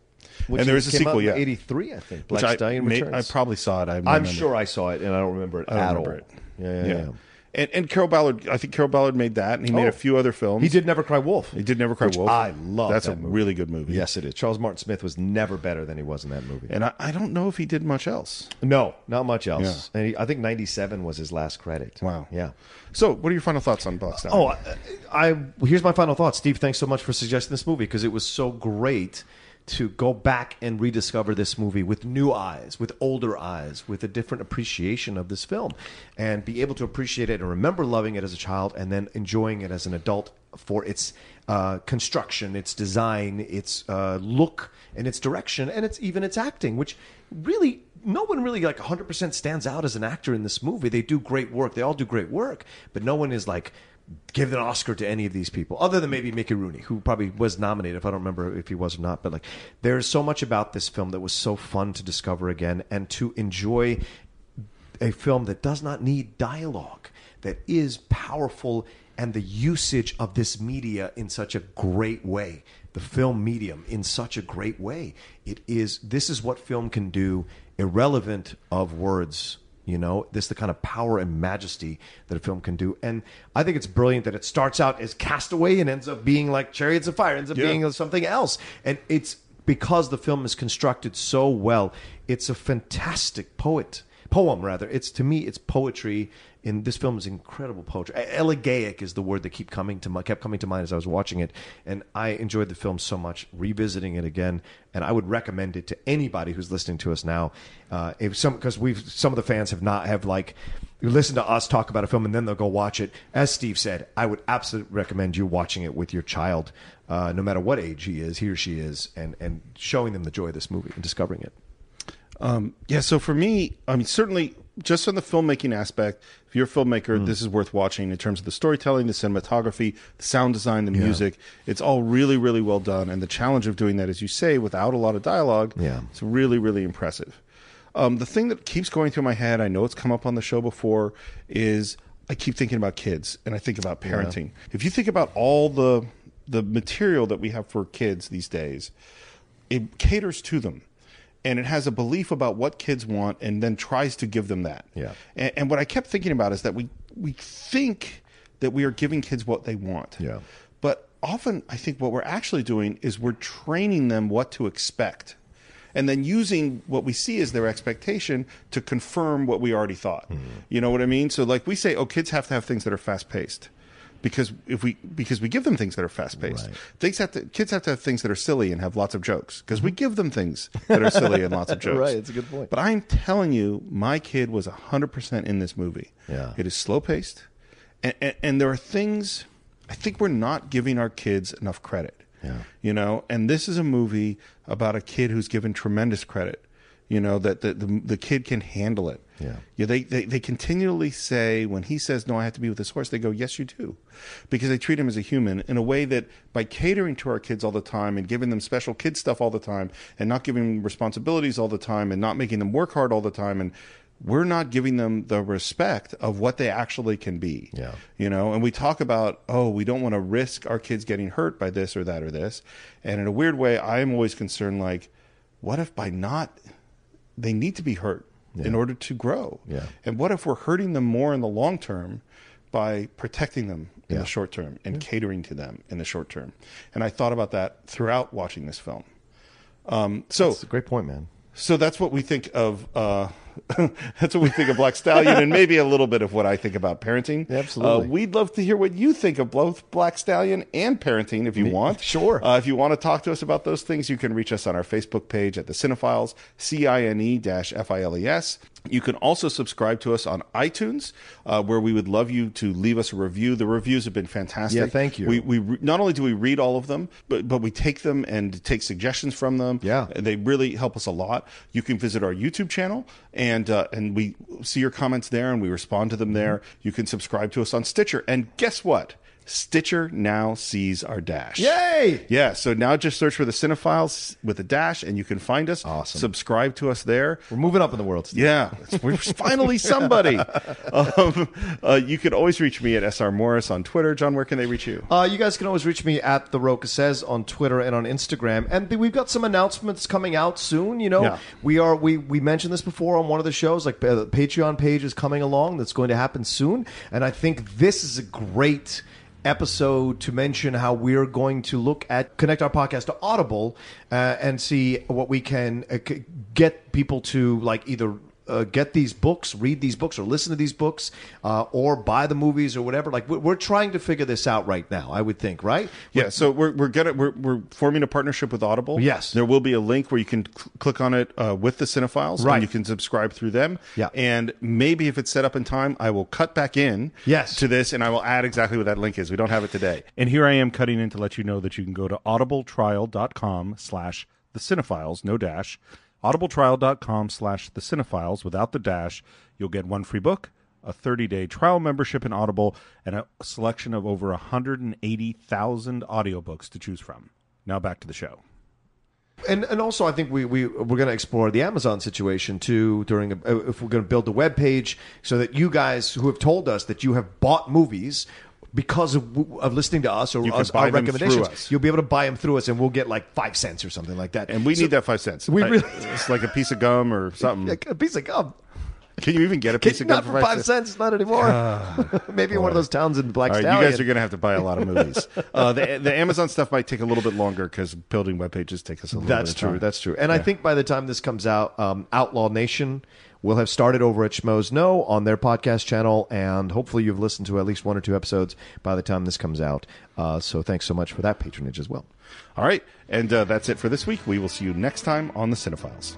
Speaker 2: And there was a
Speaker 3: came out
Speaker 2: sequel,
Speaker 3: in
Speaker 2: yeah.
Speaker 3: '83, I think.
Speaker 2: Which
Speaker 3: Black Stallion
Speaker 2: may-
Speaker 3: Returns.
Speaker 2: I probably saw it. I
Speaker 3: I'm
Speaker 2: remember.
Speaker 3: sure I saw it, and I don't remember it
Speaker 2: I don't
Speaker 3: at
Speaker 2: remember
Speaker 3: all.
Speaker 2: it.
Speaker 3: Yeah, yeah, yeah.
Speaker 2: And, and Carol Ballard, I think Carol Ballard made that, and he made
Speaker 3: Oh.
Speaker 2: a few other films.
Speaker 3: He did Never Cry Wolf.
Speaker 2: He did Never Cry
Speaker 3: which
Speaker 2: Wolf.
Speaker 3: I love.
Speaker 2: That's
Speaker 3: that
Speaker 2: a
Speaker 3: movie.
Speaker 2: really good movie.
Speaker 3: Yes, it is. Charles Martin Smith was never better than he was in that movie.
Speaker 2: And I, I don't know if he did much else.
Speaker 3: no, not much else. And he, I think '97 was his last credit.
Speaker 2: Wow.
Speaker 3: Yeah.
Speaker 2: So, what are your final thoughts on Black Stallion?
Speaker 3: Oh, I, I here's my final thought, Steve. Thanks so much for suggesting this movie because it was so great to go back and rediscover this movie with new eyes, with older eyes, with a different appreciation of this film, and be able to appreciate it and remember loving it as a child and then enjoying it as an adult for its uh, construction, its design, its uh, look, and its direction, and its even its acting, which really no one really like 100% stands out as an actor in this movie. They do great work. They all do great work, but no one is like give an Oscar to any of these people, other than maybe Mickey Rooney, who probably was nominated. If I don't remember if he was or not, but like there's so much about this film that was so fun to discover again and to enjoy a film that does not need dialogue, that is powerful, and the usage of this media in such a great way, the film medium in such a great way. It is this is what film can do, irrelevant of words. You know, this is the kind of power and majesty that a film can do. And I think it's brilliant that it starts out as Castaway and ends up being like Chariots of Fire, ends up being something else. And it's because the film is constructed so well, it's a fantastic poet poem rather. It's to me, it's poetry. In this film is incredible poetry. E- Elegaic is the word that keep coming to my, kept coming to mind as I was watching it, and I enjoyed the film so much, revisiting it again. And I would recommend it to anybody who's listening to us now. Uh, if some because we've some of the fans have not have like listened to us talk about a film and then they'll go watch it. As Steve said, I would absolutely recommend you watching it with your child, uh, no matter what age he is, he or she is, and and showing them the joy of this movie and discovering it.
Speaker 2: Yeah, so for me, I mean, certainly just on the filmmaking aspect, if you're a filmmaker, this is worth watching in terms of the storytelling, the cinematography, the sound design, the music. It's all really, really well done. And the challenge of doing that, as you say, without a lot of dialogue,
Speaker 3: Yeah.
Speaker 2: it's really, really impressive. Um, the thing that keeps going through my head, I know it's come up on the show before, is I keep thinking about kids and I think about parenting. If you think about all the the material that we have for kids these days, it caters to them and it has a belief about what kids want and then tries to give them that.
Speaker 3: Yeah.
Speaker 2: And, and what I kept thinking about is that we we think that we are giving kids what they want.
Speaker 3: Yeah.
Speaker 2: But often I think what we're actually doing is we're training them what to expect. And then using what we see as their expectation to confirm what we already thought.
Speaker 3: Hmm.
Speaker 2: You know what I mean? So like we say, oh, kids have to have things that are fast paced. Because if we because we give them things that are fast paced. Things have to kids have to have things that are silly and have lots of jokes. Because we give them things that are silly and lots of jokes.
Speaker 3: Mm-hmm. Right, it's a good point.
Speaker 2: But I'm telling you, my kid was 100% in this movie.
Speaker 3: Yeah.
Speaker 2: It is slow paced. And, and, and there are things I think we're not giving our kids enough credit.
Speaker 3: Yeah.
Speaker 2: You know, and this is a movie about a kid who's given tremendous credit. You know, that the, the, the kid can handle it.
Speaker 3: Yeah.
Speaker 2: Yeah, they, they they continually say when he says no, I have to be with this horse. They go, yes, you do, because they treat him as a human in a way that by catering to our kids all the time and giving them special kid stuff all the time and not giving them responsibilities all the time and not making them work hard all the time and we're not giving them the respect of what they actually can be.
Speaker 3: Yeah.
Speaker 2: You know, and we talk about, oh, we don't want to risk our kids getting hurt by this or that or this. And in a weird way, I am always concerned like, what if by not, they need to be hurt in order to grow?
Speaker 3: Yeah.
Speaker 2: And what if we're hurting them more in the long term by protecting them in
Speaker 3: Yeah.
Speaker 2: the short term and catering to them in the short term? And I thought about that throughout watching this film. Um, so
Speaker 3: It's a great point, man.
Speaker 2: so that's what we think of. Uh, that's what we think of Black Stallion, and maybe a little bit of what I think about parenting.
Speaker 3: Absolutely.
Speaker 2: Uh, we'd love to hear what you think of both Black Stallion and parenting, if you want.
Speaker 3: sure.
Speaker 2: Uh, if you want to talk to us about those things, you can reach us on our Facebook page at the Cinephiles, C I N E F I L E S. You can also subscribe to us on iTunes, uh, where we would love you to leave us a review. The reviews have been fantastic.
Speaker 3: Yeah, thank you.
Speaker 2: We, we re- not only do we read all of them, but but we take them and take suggestions from them.
Speaker 3: Yeah.
Speaker 2: they really help us a lot. You can visit our YouTube channel and uh, and we
Speaker 3: Mm-hmm.
Speaker 2: see your comments there and we respond to them there. You can subscribe to us on Stitcher and guess what? Stitcher now sees our dash.
Speaker 3: Yay!
Speaker 2: Yeah, so now just search for the Cinephiles with a dash and you can find us.
Speaker 3: Awesome.
Speaker 2: Subscribe to us there.
Speaker 3: We're moving up in the world. Steve.
Speaker 2: Yeah, it's- we're finally somebody. Um, uh, you can always reach me at SR Morris on Twitter. John, where can they reach you?
Speaker 3: Uh, you guys can always reach me at the Roca says on Twitter and on Instagram, and th- we've got some announcements coming out soon. You know,
Speaker 2: Yeah.
Speaker 3: we are we we mentioned this before on one of the shows. Like uh, the Patreon page is coming along, that's going to happen soon, and I think this is a great episode to mention how we're going to look at connect our podcast to Audible uh, and see what we can uh, c- get people to like either uh, get these books, read these books, or listen to these books, uh, or buy the movies or whatever. Like we're, we're trying to figure this out right now. I would think, right?
Speaker 2: Yeah, so we're we're gonna we're, we're forming a partnership with Audible.
Speaker 3: Yes.
Speaker 2: there will be a link where you can cl- click on it uh, with the Cinephiles,
Speaker 3: Right.
Speaker 2: And you can subscribe through them.
Speaker 3: Yeah.
Speaker 2: and maybe if it's set up in time, I will cut back in.
Speaker 3: Yes.
Speaker 2: to this, and I will add exactly what that link is. We don't have it today, and here I am cutting in to let you know that you can go to audibletrial.com/slash the Cinephiles, no dash, audibletrial.com/slash the Cinephiles without the dash. You'll get one free book a 30-day trial membership in Audible, and a selection of over 180,000 audiobooks to choose from. Now back to the show.
Speaker 3: and and also I think we we we're going to explore the Amazon situation too during a, if we're going to build a web page so that you guys who have told us that you have bought movies because of, of listening to us or
Speaker 2: You can
Speaker 3: us,
Speaker 2: buy
Speaker 3: our
Speaker 2: them
Speaker 3: recommendations,
Speaker 2: through us.
Speaker 3: you'll be able to buy them through us, and we'll get like five cents or something like that.
Speaker 2: And we
Speaker 3: So-
Speaker 2: need that five cents.
Speaker 3: We
Speaker 2: I-
Speaker 3: really-
Speaker 2: it's like a piece of gum or something.
Speaker 3: a piece of gum.
Speaker 2: Can you even get a piece of gum
Speaker 3: Not for five cents. Not anymore. Maybe in one of those towns in Black
Speaker 2: Ah, All right, you
Speaker 3: Stallion.
Speaker 2: guys are going to have to buy a lot of movies. uh, the, the Amazon stuff might take a little bit longer because building web pages take us a little.
Speaker 3: That's
Speaker 2: bit of
Speaker 3: true.
Speaker 2: time.
Speaker 3: That's true. And I think by the time this comes out, um, Outlaw Nation will have started over at Schmoes No on their podcast channel, and hopefully you've listened to at least one or two episodes by the time this comes out. Uh, so thanks so much for that patronage as well.
Speaker 2: All right, and uh, that's it for this week. We will see you next time on the Cinephiles.